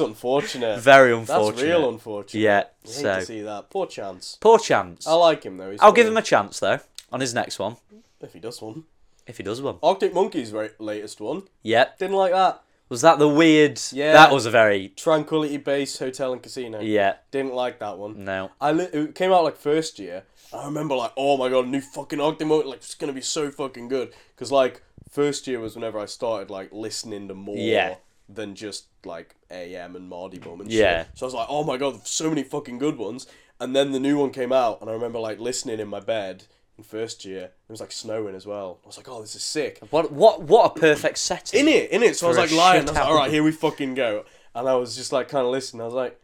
unfortunate. Very That's unfortunate. real unfortunate. Yeah. I hate So to see Oh, that. Poor chance. poor chance. I I'll, like him though. He's give funny. him a chance though on his next one if he does one. if he does one. Oh. Arctic Monkeys' ra- latest one. Yep. Didn't like that. Was that the weird? Yeah. That was a very. Tranquility Base Hotel and Casino. Yeah. Didn't like that one. No. I li- it came out like first year. I remember like, oh my god, new fucking Octomode, like it's gonna be so fucking good. Cause like first year was whenever I started like listening to more Yeah. than just like AM and Mardy Bum and Yeah. shit. So I was like, oh my god, so many fucking good ones. And then the new one came out, and I remember like listening in my bed in first year. It was like snowing as well. I was like, oh, this is sick What? What? What a perfect setting. in it, in it. So I was For a like lying. I was like, shit all right, here we fucking go. And I was just like kind of listening. I was like,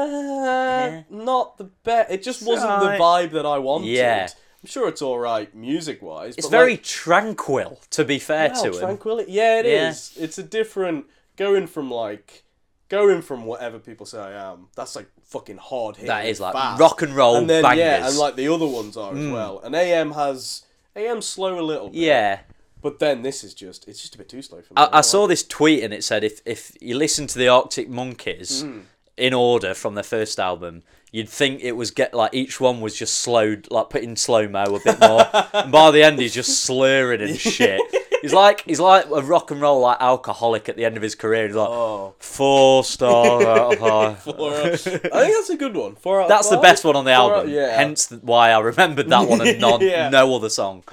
uh, not the best. It just wasn't alright. the vibe that I wanted. Yeah. I'm sure it's all right music wise. It's very tranquil. To be fair like, to wow, him. tranquility. Yeah, it is. Yeah. It's a different going from like going from whatever people say I am. That's like fucking hard hitting. That is like fast. rock and roll And then yeah, bangers. Mm. and like the other ones are as well. And AM has AM slow a little. Bit, yeah. But then this is just it's just a bit too slow for me. I, I don't saw like this tweet and it said if if you listen to the Arctic Monkeys Hmm. in order from their first album, you'd think it was get like each one was just slowed, like put in slow mo a bit more. and by the end, he's just slurring and shit. He's like he's like a rock and roll like alcoholic at the end of his career. He's like Oh. four star out of five." Four out- I think that's a good one. Four out of That's the five? best one on the Four out- album. yeah. Hence th- why I remembered that one and non, Yeah. no other song.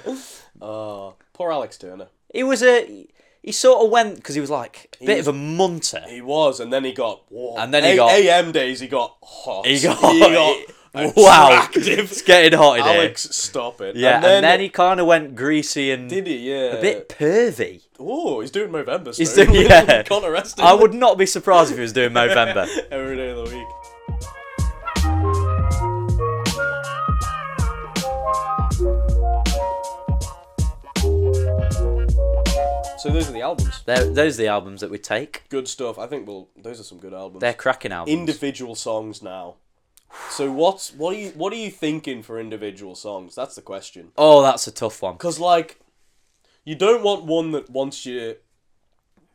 Uh, poor Alex Turner. He was a he sort of went because he was like a bit was- of a munter. He was, and then he got. whoa. And then he A- got- AM days. He got hot. He got, wow, wow. it's getting hot in Alex, stop it. here. Yeah, and then, he kind of went greasy and did he? Yeah. a bit pervy. Oh, he's doing Movember. He's Stone. doing- yeah. Can't arrest him. I would not be surprised if he was doing Movember. Every day of the week. So those are the albums. They're, those are the albums that we take. Good stuff. I think we'll. Those are some good albums. They're cracking albums. individual songs now. So what's what are you what are you thinking for individual songs? That's the question. oh, that's a tough one. Cause like, you don't want one that wants you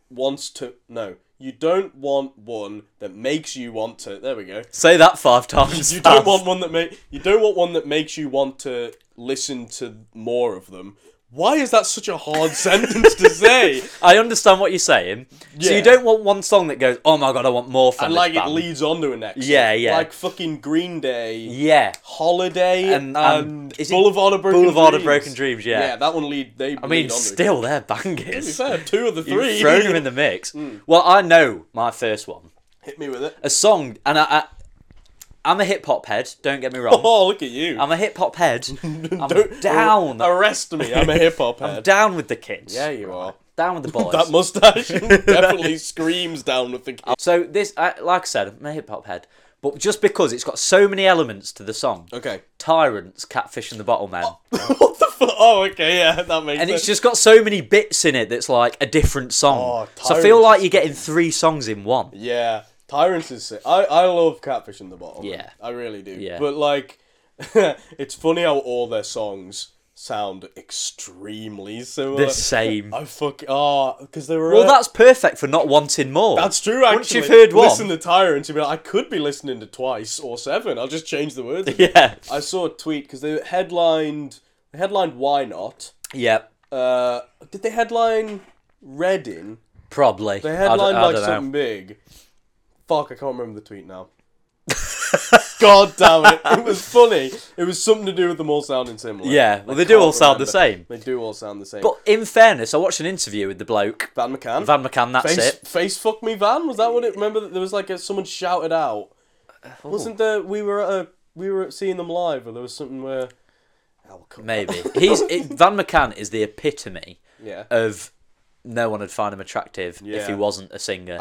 wants to no. You don't want one that makes you want to. There we go. Say that five times. You don't fast. want one that make you don't want one that makes you want to listen to more of them. Why is that such a hard sentence to say? I understand what you're saying. So Yeah. you don't want one song that goes, "Oh my god, I want more from And this like it band." leads on to a next. Yeah, one. yeah. Like fucking Green Day. yeah, Holiday And- and, um, and- is it Boulevard of Broken Boulevard of Dreams. Broken Dreams, yeah. yeah, that one lead. They I mean, still they're bangers. To be fair, two of the You've three. Mm. thrown them in the mix. Well, I know my first one. Hit me with it. a song, and I, I I'm a hip hop head. Don't get me wrong. Oh, look at you! I'm a hip hop head. I'm Don't- down. Arrest me. I'm a hip hop head. Down with the kids. yeah, you are. Down with the boys. That mustache definitely screams down with the. kid. so this, I, like I said, I'm a hip hop head. But just because it's got so many elements to the song, Okay. tyrants, catfish, and the bottle men, what the fuck? Oh, okay, yeah, that makes and sense. it's just got so many bits in it that's like a different song. Oh, so I feel Tyrants like is you're getting three songs in one. Yeah, Tyrants is sick. I, I love Catfish in the Bottle. man. Yeah. I really do. Yeah. But, like, it's funny how all their songs sound extremely similar. The same. I fuck. Ah, because they were. Well, that's perfect for not wanting more. That's true, actually. Once you've heard one, Listen to Tyrants, you'd be like, I could be listening to Twice or Seven. I'll just change the words. yeah, I saw a tweet because they headlined. They headlined Why Not. yeah, Uh, did they headline Reading? probably. They I d- headlined I like don't know. something big. Fuck, I can't remember the tweet now. God damn it! It was funny. It was something to do with them all sounding similar. Yeah, well, they do can't all sound the same. remember. They do all sound the same. But in fairness, I watched an interview with the bloke Van McCann. Van McCann. That's face, it. face fuck me van was that what it remember that there was like a, someone shouted out Oh. wasn't there we were at a, we were at seeing them live or there was something where oh, come Maybe he's it, Van McCann is the epitome yeah of no one would find him attractive if he Yeah. Uh, wasn't a singer.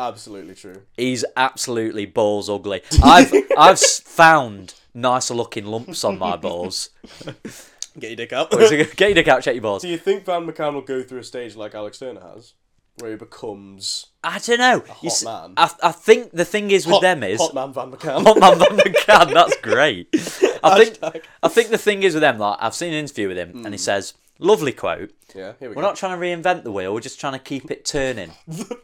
absolutely true he's absolutely balls ugly. I've I've s- found nicer looking lumps on my balls. get your dick up So do Get your dick out, check your balls. you think van mccann will go through a stage like alex turner has where he becomes I don't know. You hot s- man. I, I think the thing is with hot, them is hot man van mccann Hot Man Van McCann. "Oh, That's great. I think Hashtag. Hmm. I think the thing is with them, like I've seen an interview with him, and he says Lovely quote. Yeah, here we We're go. not trying to reinvent the wheel, we're just trying to keep it turning.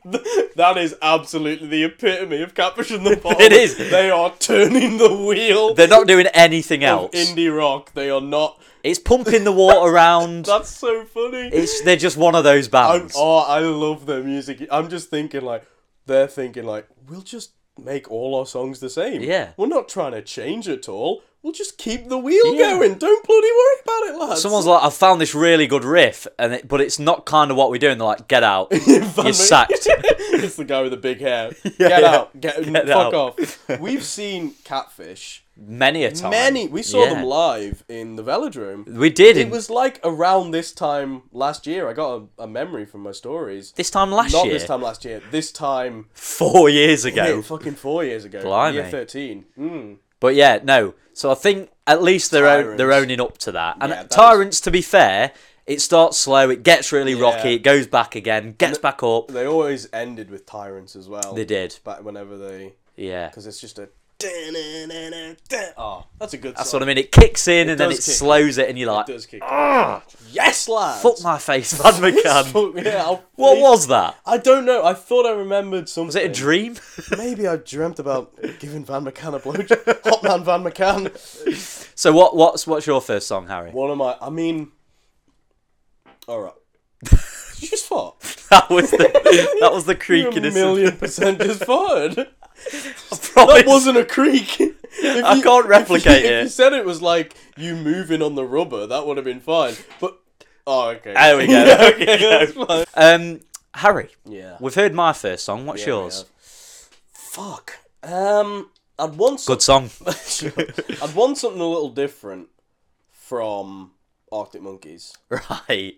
that is absolutely the epitome of Capuchin the Bottom. It is. They are turning the wheel They're not doing anything of else. indie rock. They are not. It's pumping the water around. That's so funny. It's they're just one of those I'm, bands. oh, I love their music. I'm just thinking like they're thinking like we'll just make all our songs the same. Yeah. we're not trying to change at all. We'll just keep the wheel Yeah. going. Don't bloody worry about it, lads. Someone's like, I found this really good riff, and it, but it's not kind of what we're doing. They're like, get out, Van you're Mc- sacked. it's the guy with the big hair. Yeah, get yeah. out. Get, Get out. fuck off. We've seen Catfish. Many a time. Many. We saw Oh, Yeah. them live in the Velodrome. We did. It in- was like around this time last year. I got a, a memory from my stories. this time last Not year. this time last year. This time Four years ago. Yeah, fucking four years ago. Oh. Blimey. Year thirteen. Mm. But yeah, no. So I think at least they're own, they're Tyrants. owning up to that. And Yeah, that Tyrants, to be fair, it starts slow, it gets really rocky, it goes back again, gets back up. They always ended with tyrants as well. They did. Back whenever they, Yeah. because it's just a. Oh, that's a good. That's song. what I mean. It kicks in and then does it kick slows it, and you're like, It does kick. in. yes, lads. fuck my face, Van McCann. Fuck- yeah, I'll- What was that? I don't know. I thought I remembered something. Was it a dream? Maybe I dreamt about giving Van McCann a blowjob. Hotman Van McCann. so what? What's what's your first song, Harry? One of my. I mean. All right. You just fought. That was the that was the You a creakiness. million Of, percent just farted. I promise. That wasn't a creak. If I can't replicate if you, it. If you said it was like you moving on the rubber, that would have been fine. But oh, okay. There we go. yeah, There okay, we that's fine. Um, Harry, Yeah. we've heard my first song. What's Yeah, yours? yeah. Fuck. Um, I'd want some, Good song. I'd want something a little different from Arctic Monkeys. right.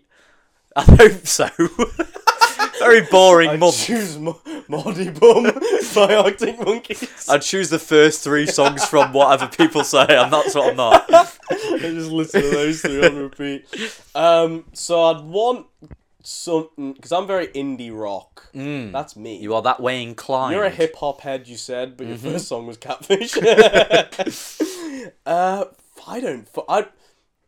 I hope so. Very boring I'd month. choose Mo- Mardy Bum by Arctic Monkeys. I I'd choose the first three songs from whatever people say, and that's what I'm not. just listen to those three on repeat. Um, so I'd want something because I'm very indie rock. That's me. Mm. You are Mm-hmm. that way inclined. You're a hip hop head, you said, but your first song was Catfish. uh, I don't. fu- I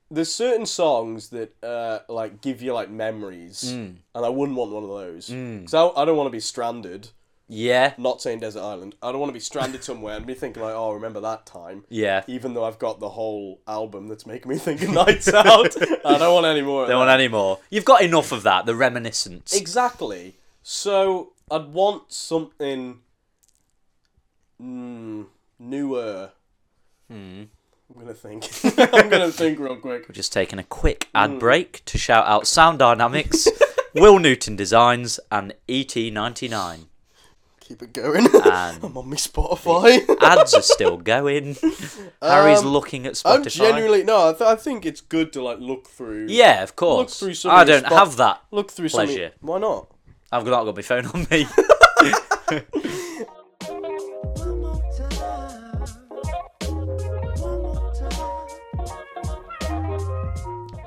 there's certain songs that uh, like give you like memories, Mm. and I wouldn't want one of those because I, I don't want to be stranded. Yeah. Not saying desert island. I don't want to be stranded somewhere and be thinking like, oh, remember that time. Yeah. Even though I've got the whole album that's making me think of nights out, I don't want any more. of Don't want that. any more. You've got enough of that. The reminiscence. Exactly. So I'd want something mm, newer. Hmm. I'm gonna think. I'm gonna think real quick. Just taking a quick Mm. ad break to shout out Sound Dynamics, Will Newton Designs, and E ET99. Keep it going. And- I'm on my Spotify. Ads are still going. Harry's looking at Spotify. Um, I'm genuinely no. I, th- I think it's good to like look through. Yeah, of course. Look through some. of I your don't Spot- have that. Look through pleasure. some. of your- Why not? I've not got my phone on me. One more time. One more time.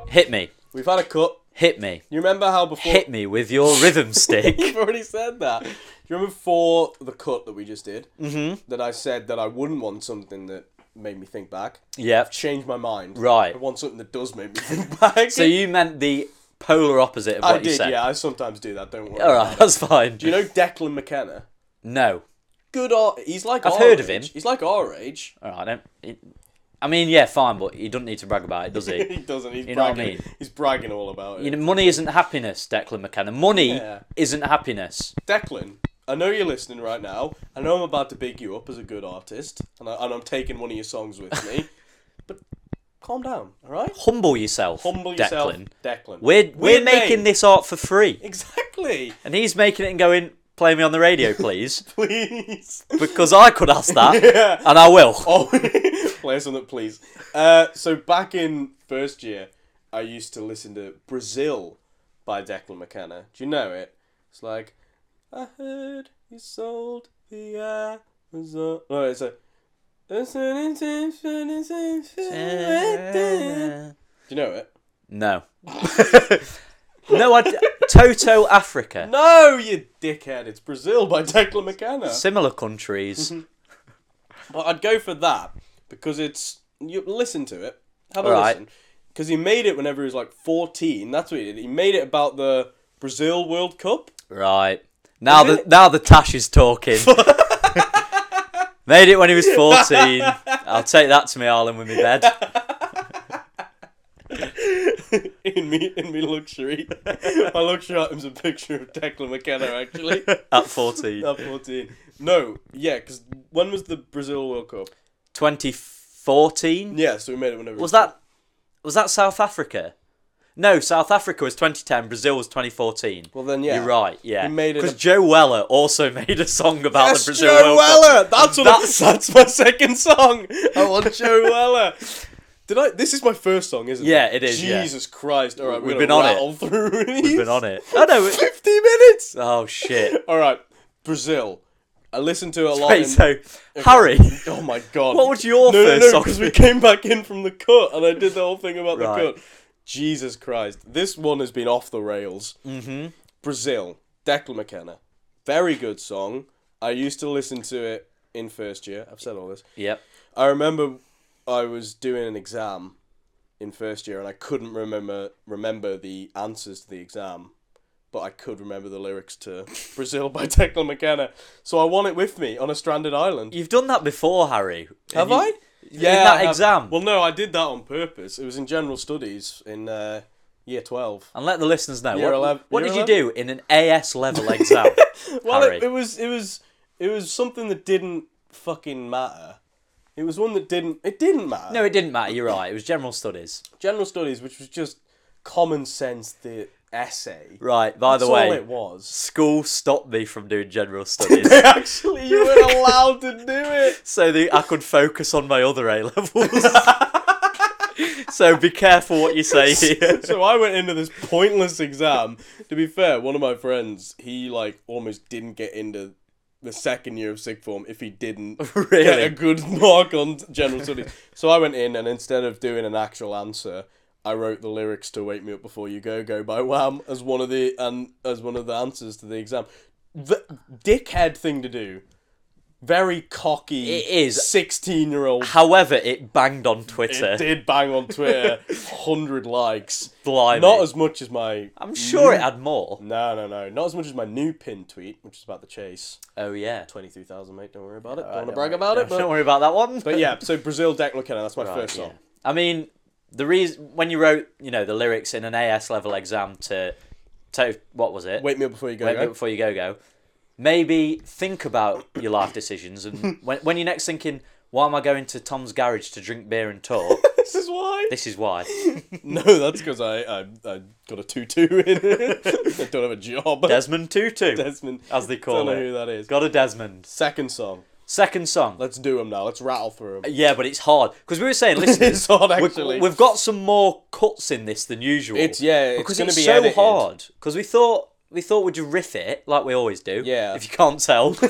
Hit me. We've had a cut. Hit me. You remember how before? Hit me with your rhythm stick. You've already said that. Do you remember for the cut that we just did? Mm-hmm. That I said that I wouldn't want something that made me think back. yeah. I've changed my mind. Right. I want something that does make me think back. So you meant the polar opposite of what I you did, said. yeah. I sometimes do that. Don't worry. All right, that's fine. Do you know Declan McKenna? No. Good. Or, he's like. I've our heard of age. him. He's like our age. All right. I don't. It, I mean, yeah, fine, but you don't need to brag about it, does He he? doesn't. He's You know what I bragging. mean? He's bragging all about it. You know, money isn't happiness, Declan McKenna. Money Yeah. isn't happiness. Declan, I know you're listening right now. I know I'm about to big you up as a good artist, and, I, and I'm taking one of your songs with me. but calm down, all right? Humble yourself, Humble Declan. yourself, Declan. We're we're Weird making name. this art for free, exactly. and he's making it and going, "Play me on the radio, please," Please. because I could ask that, Yeah. and I will. Oh, play us on that, please. Uh, so back in first year, I used to listen to Brazil by Declan McKenna. Do you know it? It's like, I heard you sold the Amazon. No, it's like. Do you know it? No. no, I d- Toto Africa. No, you dickhead! It's Brazil by Declan McKenna. Similar countries. Mm-hmm. But I'd go for that because it's you listen to it, have a Alright. listen. because he made it whenever he was like 14. That's what he did. He made it about the Brazil World Cup. Right. Now the now the Tash is talking. Made it when he was fourteen. I'll take that to me island with me bed. in me in me luxury. My luxury item's a picture of Declan McKenna actually. At fourteen. At 14. No, yeah, because when was the Brazil World Cup? Twenty fourteen? Yeah, so we made it whenever. Was that was that South Africa? No, South Africa was twenty ten, Brazil was twenty fourteen. Well then, yeah. You're right, yeah. He made it Because a- Joe Weller also made a song about That's the Brazil Joe World Cup. Weller. That's what That's- that's, that's my second song. I want Joe Weller. Did I? This is my first song, isn't Yeah, it it? is, yeah. Jesus Christ! All right, We've we're been gonna on it. rattle Through these. We've been on it. Oh no. it- Fifty minutes. Oh shit. All right, Brazil. I listened to it a lot. Wait, in- so Harry, Oh my god. What would your no, first no, no, song because be? we came back in from the cut and I did the whole thing about the Right. cut. Jesus Christ. This one has been off the rails. Mm-hmm. Brazil, Declan McKenna. Very good song. I used to listen to it in first year. I've said all this. Yep. I remember I was doing an exam in first year and I couldn't remember remember the answers to the exam, but I could remember the lyrics to Brazil by Declan McKenna. So I won it with me on a stranded island. You've done that before, Harry. Have You- I? in I that have. exam. Well, no, I did that on purpose. It was in general studies in uh, year twelve. And let the listeners know. Year what elev- what year did you do in an AS level exam? Well, Oh, Harry. it, it was it was it was something that didn't fucking matter. It was one that didn't. It didn't matter. no, it didn't matter. You're right. It was general studies. general studies, which was just common sense. The essay. Right. By That's the way, all it was. school stopped me from doing general studies, Actually, you weren't allowed to do it. so that I could focus on my other A levels. so be careful what you say here. so I went into this pointless exam. To be fair, one of my friends, he like almost didn't get into the second year of sick form if he didn't get Really? a good mark on general studies. So I went in and instead of doing an actual answer, I wrote the lyrics to "Wake Me Up Before You Go Go" by Wham as one of the and as one of the answers to the exam. The dickhead thing to do. Very cocky. It is. sixteen-year-old However, it banged on Twitter. it did bang on Twitter, hundred likes. Blimey. Not as Mm. much as my I'm sure it had more. no no no, not as much as my new pin tweet, which is about the chase. Oh yeah. Twenty three thousand, mate. Don't worry about it. don't Alright, want to brag about it. Don't But, worry about that one. but yeah, so Brazil Declan McKenna. That's my first yeah. song. I mean, the reason when you wrote, you know, the lyrics in an AS level exam to, to what was it? Wake me up before you go. Wait a go. minute before you go go. Maybe think about your life decisions and when when you're next thinking, why am I going to Tom's garage to drink beer and talk? this is why. this is why. no, that's because I, I I got a tutu in. I don't have a job. Desmond Tutu, Desmond. as they don't call know who it. that is. Got a Desmond. Second song. Second song. Let's do them now. Let's rattle through them. yeah, but it's hard because we were saying, listen, It's hard we- actually. We've got some more cuts in this than usual. It's- yeah, it's because gonna it's be so edited. hard. Because we thought we thought we'd riff it like we always do. Yeah. if you can't tell. and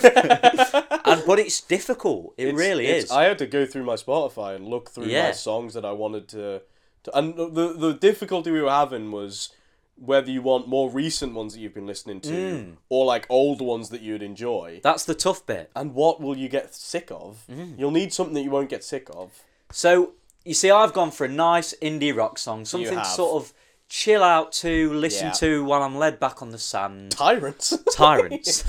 but it's difficult. It It's- really it's- is. I had to go through my Spotify and look through Yeah. my songs that I wanted to, to and the- the the difficulty we were having was whether you want more recent ones that you've been listening to Mm. or like old ones that you'd enjoy. That's the tough bit. And what will you get sick of? Mm. You'll need something that you won't get sick of. So you see, I've gone for a nice indie rock song, something have. sort of chill out to, listen Yeah. to while I'm led back on the sand. Tyrants. Tyrants.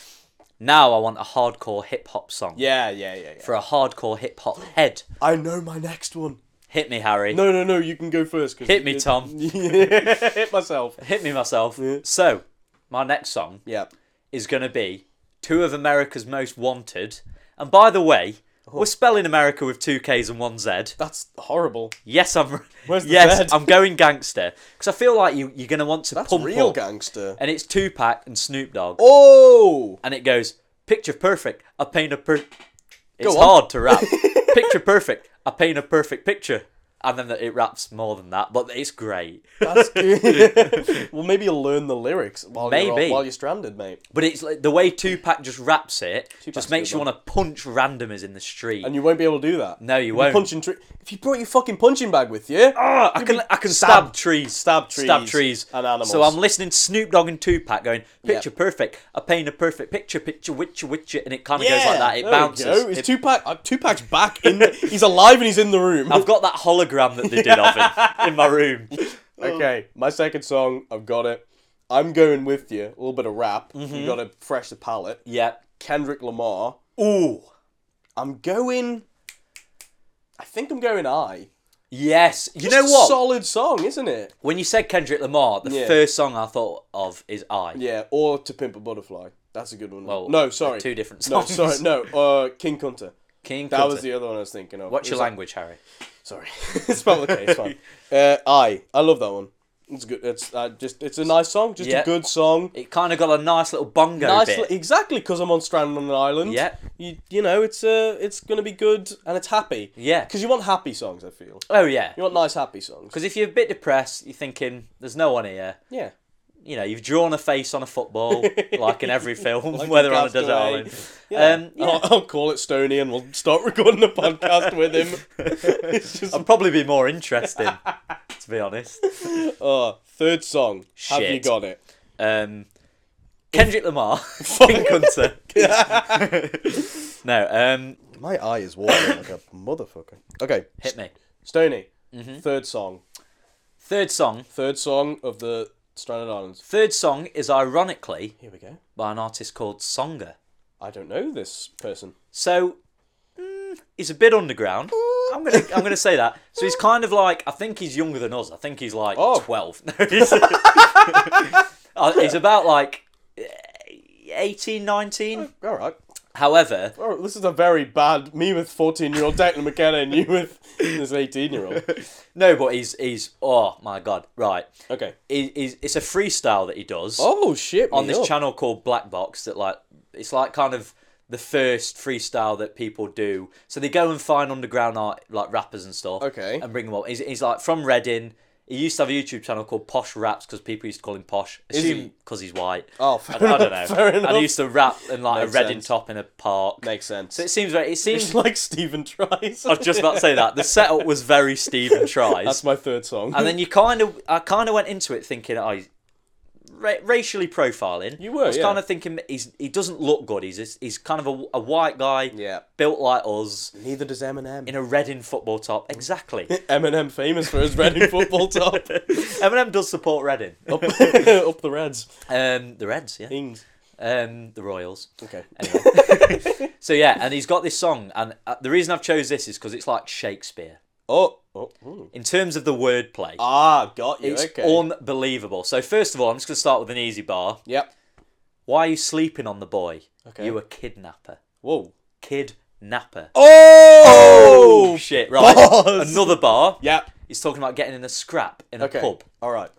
now I want a hardcore hip hop song yeah, yeah, yeah, yeah. for a hardcore hip hop head. I know my next one. Hit me, Harry. No, no, no. You can go first. 'cause Hit me, it- Tom. Hit myself. Hit me myself. So my next song Yeah. is going to be two of America's most wanted. And by the way, Oh. we're spelling America with two K's and one Z. That's horrible. Yes, I'm. Where's the yes, Z? I'm going gangster because I feel like you, you're going to want to That's pump real up. gangster. and it's Tupac and Snoop Dogg, Oh. and it goes picture perfect. I paint a per. It's Go on. hard to rap. picture perfect. I paint a perfect picture, and then it raps more than that, but it's great. That's good. well, maybe you'll learn the lyrics while Maybe. you're while you're stranded, mate, But it's like the way Tupac just raps it Tupac's just makes a you good one. want to punch randomers in the street. and you won't be able to do that. no, you Your won't. punching tree. If you brought your fucking punching bag with you, Ah, I can I can stab, trees, stab trees, stab trees and animals. So I'm listening to Snoop Dogg and Tupac going picture perfect. I paint a perfect picture, picture witcher witcher, and it kind of goes like that. It there we bounces. Go. Is It- Tupac? Uh, Tupac's back in. The, he's alive and he's in the room. I've got that hologram hologram that they did of him in my room. Okay, my second song, I've got it. I'm going with you. A little bit of rap. Mm-hmm. You got to fresh the palate. Yeah. Kendrick Lamar. Ooh. I'm going. I think I'm going. I. Yes. You know It's a what? Solid song, isn't it? when you said Kendrick Lamar, the Yeah. first song I thought of is I. Yeah. Or To Pimp a Butterfly. That's a good one. Well, no, sorry. two different No, songs. sorry. No. Uh, King Hunter. King That Kunta. was the other one I was thinking of. What's It your was like- language, Harry? Sorry, it's probably okay. It's fine. Uh, I I love that one. It's good. It's uh, just it's a nice song. Just Yeah. a good song. It kind of got a nice little bongo Nice, bit. li- exactly because I'm on stranded on an island. Yeah. you, you know it's uh it's gonna be good and it's happy. Yeah. because you want happy songs. I feel Oh yeah. you want nice happy songs. Because if you're a bit depressed, you're thinking there's no one here. Yeah, You know, you've drawn a face on a football, like in every film, Like in whether on a desert Castaway. island. yeah. Um, I'll, yeah. I'll call it Stony and we'll start recording the podcast with him. It's just I'd probably be more interested, to be honest. uh, third song. Have you Shit. got it? Um, Kendrick Lamar, King Hunter. no, um, My eye is watering like a motherfucker. Okay, hit me. Stony. Mm-hmm. Third song. Third song. Third song of the Stranded Islands. Third song is ironically Here we go. by an artist called Songa. I don't know this person. So mm, he's a bit underground. I'm gonna I'm gonna say that. So he's kind of like I think he's younger than us. I think he's like Oh. twelve. No, he's, Uh, he's about like eh, 18, 19. All right. However, All right. This is a very bad me with fourteen-year-old Declan McKenna and you with this eighteen-year-old. no, but he's he's oh my god, right. Okay. He, he's, it's a freestyle that he does Oh shit! on this channel called Black Box that like it's like kind of the first freestyle that people do. So they go and find underground art like rappers and stuff. Okay. And bring them up. He's, he's like from Reading. He used to have a YouTube channel called Posh Raps because people used to call him Posh. Assume he? because he's white. Oh, fair I, I don't know. enough, fair And enough. he used to rap in like Makes a Reading sense. top in a park. Makes sense. So it seems very. It It's seems. like Stephen tries. I was just about to say that the setup was very Steven tries. That's my third song. And then you kind of, I kind of went into it thinking, I ra- racially profiling. You were, I was yeah. kind of thinking he's he doesn't look good. He's just- he's kind of a, a white guy, Yeah. built like us Neither does Eminem. in a Reading football top. Exactly. Eminem famous for his Reading football top. Eminem does support Reading. up, up the Reds. Um, the Reds, yeah. Things. Um, the Royals. Okay. So yeah, and he's got this song, and uh, the reason I've chose this is because it's like Shakespeare Oh. oh hmm. in terms of the wordplay. Ah, got you. it's okay. unbelievable. So first of all, I'm just going to start with an easy bar. Yep. Why are you sleeping on the boy? Okay. You a kidnapper. Whoa. Kidnapper. Oh. shit! Right, Bars. another bar. Yep. He's talking about getting in a scrap in a Okay. pub. All right.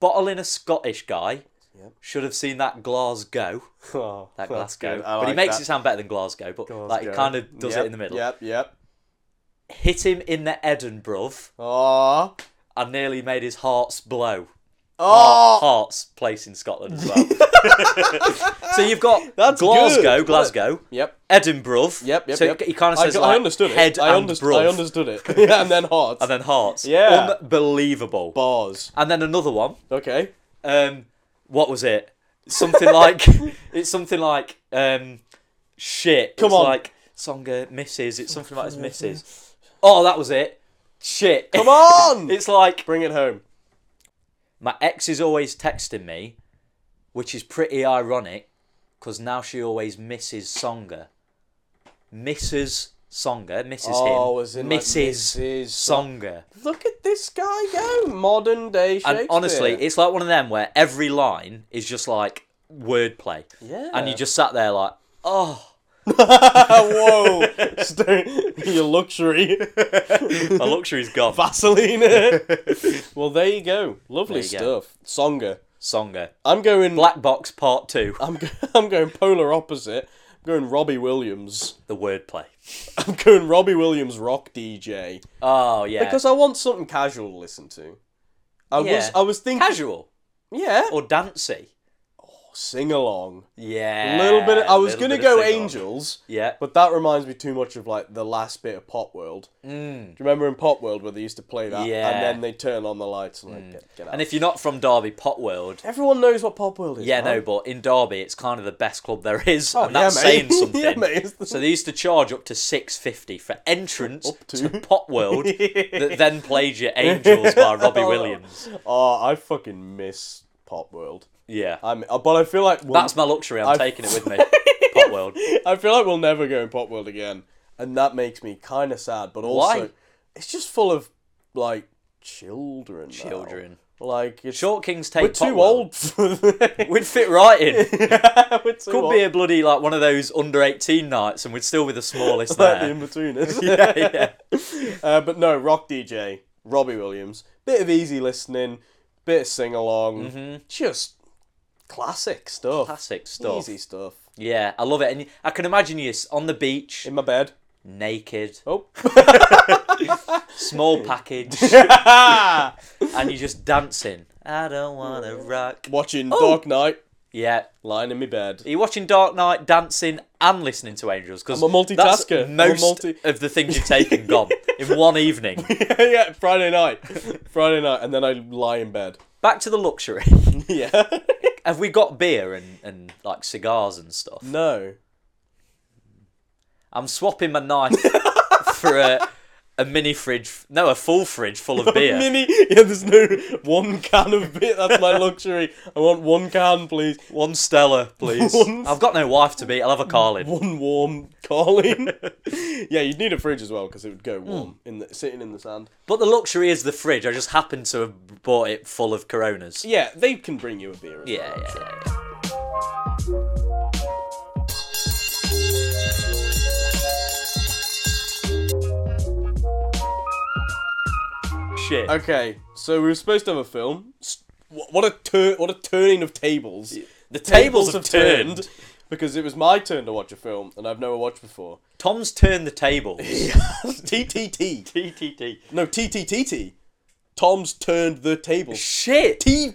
Bottling a Scottish guy. Yep. Should have seen that Glasgow. Oh, That that's Glasgow. good. I but he like makes that. it sound better than Glasgow. But like he Glasgow. kind of does Yep, it in the middle. Yep, yep. Hit him in the Edinburgh. Oh, I nearly made his hearts blow. oh, Hearts place in Scotland as well. so you've got That's Glasgow, good. Glasgow. Yep, Edinburgh. yep, yep. So yep. he kind of I says got- I, like, understood it. head I and understood. bruv. I understood it. yeah, and then hearts. and then hearts. Yeah. Unbelievable. bars. and then another one. Okay. Um, what was it? Something like it's something like um, shit. Come it's on. like Songa misses. It's something like his misses. Oh, that was it. Shit. Come on. it's like Bring it home. my ex is always texting me, which is pretty ironic, because now she always misses Songa. Misses Songa, misses Oh, him, as in, like, misses Mrs. Songa. Look at this guy go. Modern day Shakespeare. And honestly, it's like one of them where every line is just like wordplay. Yeah. And you just sat there like, oh, whoa, Stone- your luxury my luxury's gone. Vaseline. well, there you go. Lovely There you go. stuff. Songa. Songa. I'm going. Black Box Part 2, I'm, go- I'm going polar opposite. I'm going Robbie Williams. the wordplay. I'm going Robbie Williams rock DJ Oh, yeah. because I want something casual to listen to. I Yeah. was I was thinking Casual yeah or dancey. sing along. Yeah. A little bit. I was little gonna bit of go sing-along. Angels, Yeah. but that reminds me too much of like the last bit of Pop World. Do you remember in Pop World where they used to play that, Mm. Yeah. Mm. and then they turn on the lights and like get, get out? And if you're not from Derby, Pot World. everyone knows what Pop World is, Yeah, right? no, but in Derby, it's kind of the best club there is, Uh-huh. Oh, and that's yeah, mate. saying something. Yeah, mate, it's the- So they used to charge up to six fifty for entrance Up to. to. Pot World, that then played your Angels by Robbie Oh. Williams. Oh, I fucking miss Pop World. Yeah, I'm, uh, but I feel like we'll, that's my luxury. I'm I've- taking it with me. Pot World. I feel like we'll never go in Pop World again, and that makes me kind of sad. But also, Why? it's just full of like children. now. Children. Like it's, Short Kings take. we're Pot too World. old. For this. We'd fit right in. yeah, we're too Could old. be a bloody like one of those under eighteen nights, and we'd still be the smallest like the in there. between us. yeah, yeah. Uh, but no, rock DJ Robbie Williams. Bit of easy listening, bit of sing along, just classic stuff. Mm-hmm. Classic stuff. Easy stuff. Yeah, I love it, and I can imagine you s- on the beach, In my bed. naked, Oh. small package, and you're just dancing. I don't wanna rock. Watching Dark Knight, Yeah, lying in my bed. are you watching Dark Knight, dancing, and listening to Angels? Because I'm a multitasker. That's I'm a most multi- of the things you've taken gone in one evening. yeah, Friday night. Friday night, and then I lie in bed. Back to the luxury. Yeah. Have we got beer and, and like cigars and stuff? no. I'm swapping my knife for a, a mini fridge, no, a full fridge full of beer. Mini. Yeah, there's no one can of beer. That's my luxury. I want one can, please. One Stella, please. One- I've got no wife to beat. I'll have a Carlin. One warm Colin. yeah, you'd need a fridge as well because it would go warm in the, sitting in the sand. But the luxury is the fridge. I just happen to have bought it full of Coronas. Yeah, they can bring you a beer. As Yeah, well, yeah, so. yeah. Shit. Okay, so we were supposed to have a film. S- wh- What a tur- what a turning of tables. The tables have turned. because it was my turn to watch a film and I've never watched before. Tom's turned the tables. TTT. TTT. No, TTTT. Tom's turned the table. Shit. T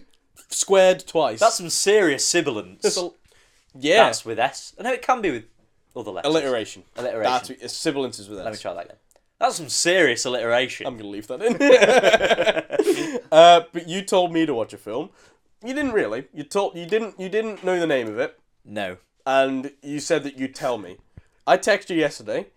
squared twice. That's some serious sibilance. That's That's a- yeah. with S. I know it can be with other letters. alliteration. Alliteration. That's uh, sibilances with us. Let me try that again. That's some serious alliteration. I'm gonna leave that in. uh, but you told me to watch a film. You didn't really. You told you didn't you didn't know the name of it, no. and you said that you'd tell me. I texted you yesterday,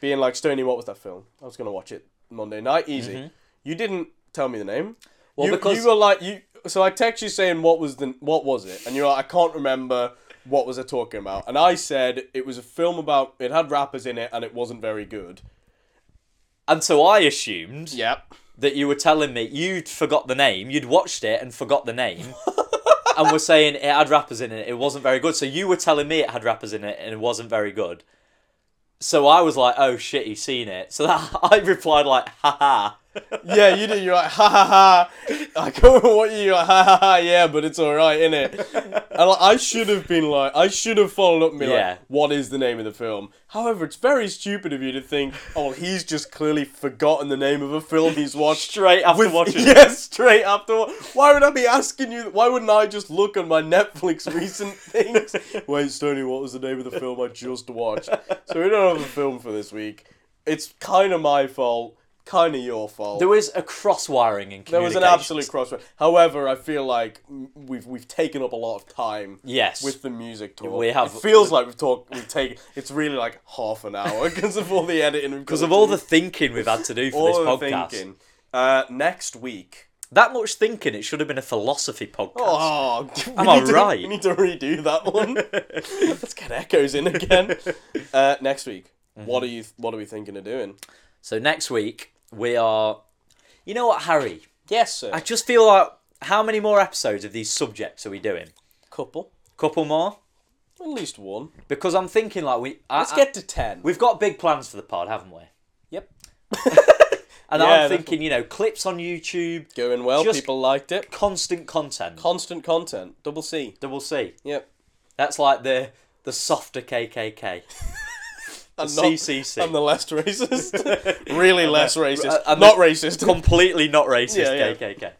being like, Stoney, what was that film? I was gonna watch it Monday night, easy. You didn't tell me the name. Mm-hmm. Well, you, because- you were like you. So I texted you saying what was the what was it, and you're like, I can't remember what was I talking about, and I said it was a film about it had rappers in it and it wasn't very good. And so I assumed Yep. that you were telling me you'd forgot the name, you'd watched it and forgot the name, and were saying it had rappers in it, it wasn't very good. So you were telling me it had rappers in it and it wasn't very good. So I was like, oh shit, he's seen it. So that, I replied like, haha. Yeah, you did. You're like, ha ha ha. I go what you like, ha ha ha. Yeah, but it's all right, innit? And like, I should have been like, I should have followed up and be Yeah. like, what is the name of the film? However, it's very stupid of you to think, oh, he's just clearly forgotten the name of a film he's watched. Straight after watching it. yeah, straight after. wa- Why would I be asking you? Why wouldn't I just look on my Netflix recent things? Wait, Stoney, what was the name of the film I just watched? So we don't have a film for this week. It's kind of my fault, kind of your fault. There was a cross wiring in There was an absolute crossroad. However, I feel like m- we've we've taken up a lot of time Yes. with the music talk. We have- It feels like we've talked. We've taken. It's really like half an hour because of all the editing. because of all the thinking we've had to do for all this the podcast. thinking. Uh, next week. That much thinking, it should have been a philosophy podcast. Oh, Am we I need to- right? We need to redo that one. Let's get echoes in again. Uh, next week. Mm-hmm. What are you? What are we thinking of doing? So next week we are, you know what, Harry? Yes, sir. I just feel like how many more episodes of these subjects are we doing? couple. Couple more? At least one. Because I'm thinking like we I, Let's I- get to ten. we've got big plans for the pod, haven't we? Yep. And Yeah, I'm that's thinking, you know, clips on YouTube, Going well. Just- People liked it. constant content. Constant content. Double C. Double C. Yep. That's like the the softer KKK. And The CCC. And the less racist. really less racist. and Not the- racist. Completely not racist Yeah, yeah. KKK.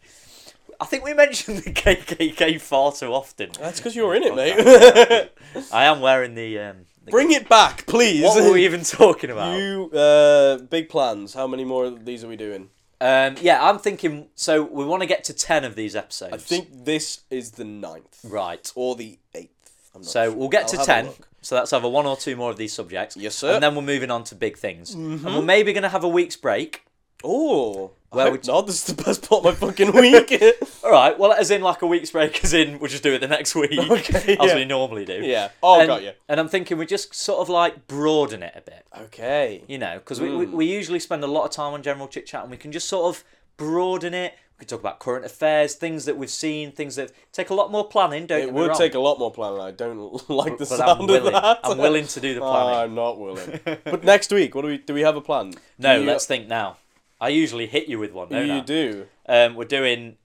I think we mentioned the KKK far too often. That's because you're in it, mate. I am wearing the. Um, the Bring it back, please. what were we even talking about? You uh, big plans. How many more of these are we doing? Um, yeah, I'm thinking. So we want to get to ten of these episodes. I think this is the ninth Right. or the eighth. I'm not So sure. we'll get I'll to have a ten. look. So that's either one or two more of these subjects. Yes, sir. Mm-hmm. And then we're moving on to big things. And we're maybe going to have a week's break. Oh, Well, well, we- we... not. This is the best part of my fucking week. All right. Well, as in like a week's break, as in we'll just do it the next week, Okay, as yeah. we normally do. yeah. Oh, and, got you. And I'm thinking we just sort of like broaden it a bit, Okay. you know, because we, we, Mm. we usually spend a lot of time on general chit chat, and we can just sort of broaden it. We can talk about current affairs, things that we've seen, things that take a lot more planning. Don't It get me would wrong, take a lot more planning. I don't like the but sound I'm willing. of that. I'm willing to do the Oh, planning. I'm not willing. but next week, what do we? Do we have a plan? no, Do you, let's think now. I usually hit you with one. No, You do. Um, we're doing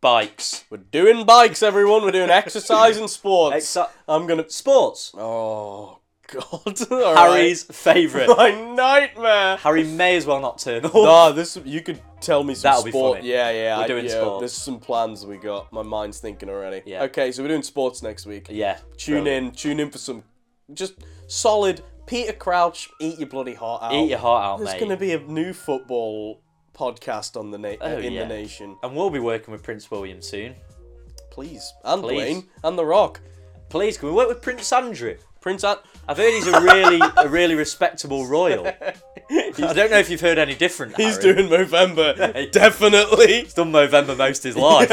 bikes. We're doing bikes, everyone. We're doing exercise and sports. Exci- I'm gonna. Sports. Oh God. All right. Harry's favourite. my nightmare. Harry may as well not turn up. Nah, this you could tell me some That'll be sport. funny. Yeah, yeah. We're I- doing yeah, sport. There's some plans we got. My mind's thinking already. Yeah. Okay, so we're doing sports next week. Yeah. Tune brilliant. in. Tune in for some just solid Peter Crouch. Eat your bloody heart out. Eat your heart out, There's mate. gonna be a new football podcast on the na- Oh, in yeah. the nation. And we'll be working with Prince William soon. Please and Please. Blaine and The Rock. Please, can we work with Prince Andrew? Prince An- I've heard he's a really, a really respectable royal. I don't know if you've heard any different. He's Harry. doing Movember. Definitely. He's done Movember most of his life.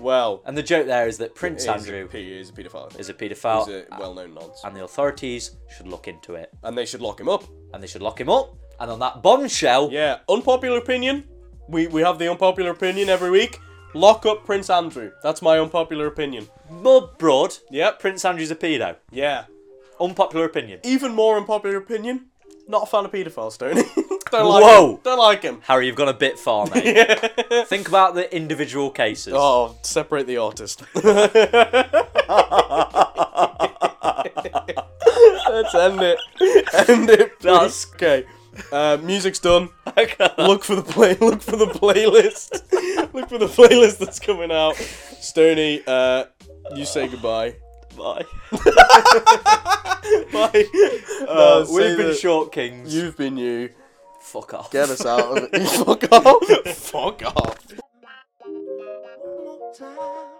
well, And the joke there is that Prince he's a, Andrew pe- he's a paedophile. is a paedophile, He's a well-known nonce. and the authorities should look into it, and they should lock him up. and they should lock him up. And on that bombshell, Yeah, unpopular opinion. We we have the unpopular opinion every week. Lock up Prince Andrew. That's my unpopular opinion. more broad, Yep. Prince Andrew's a pedo. Yeah. Unpopular opinion. Even more unpopular opinion. Not a fan of paedophiles, Tony. Don't like Whoa. him. Don't like him. Harry, you've gone a bit far, mate. Think about the individual cases. Oh, separate the artist. Let's end it. End it. Please. That's- Okay. Uh, music's done. Okay. look for the play look for the playlist look for the playlist that's coming out stony uh you say goodbye Bye. bye Uh, uh, say we've been that short kings. you've been you fuck off. get us out of it fuck off fuck off One more time.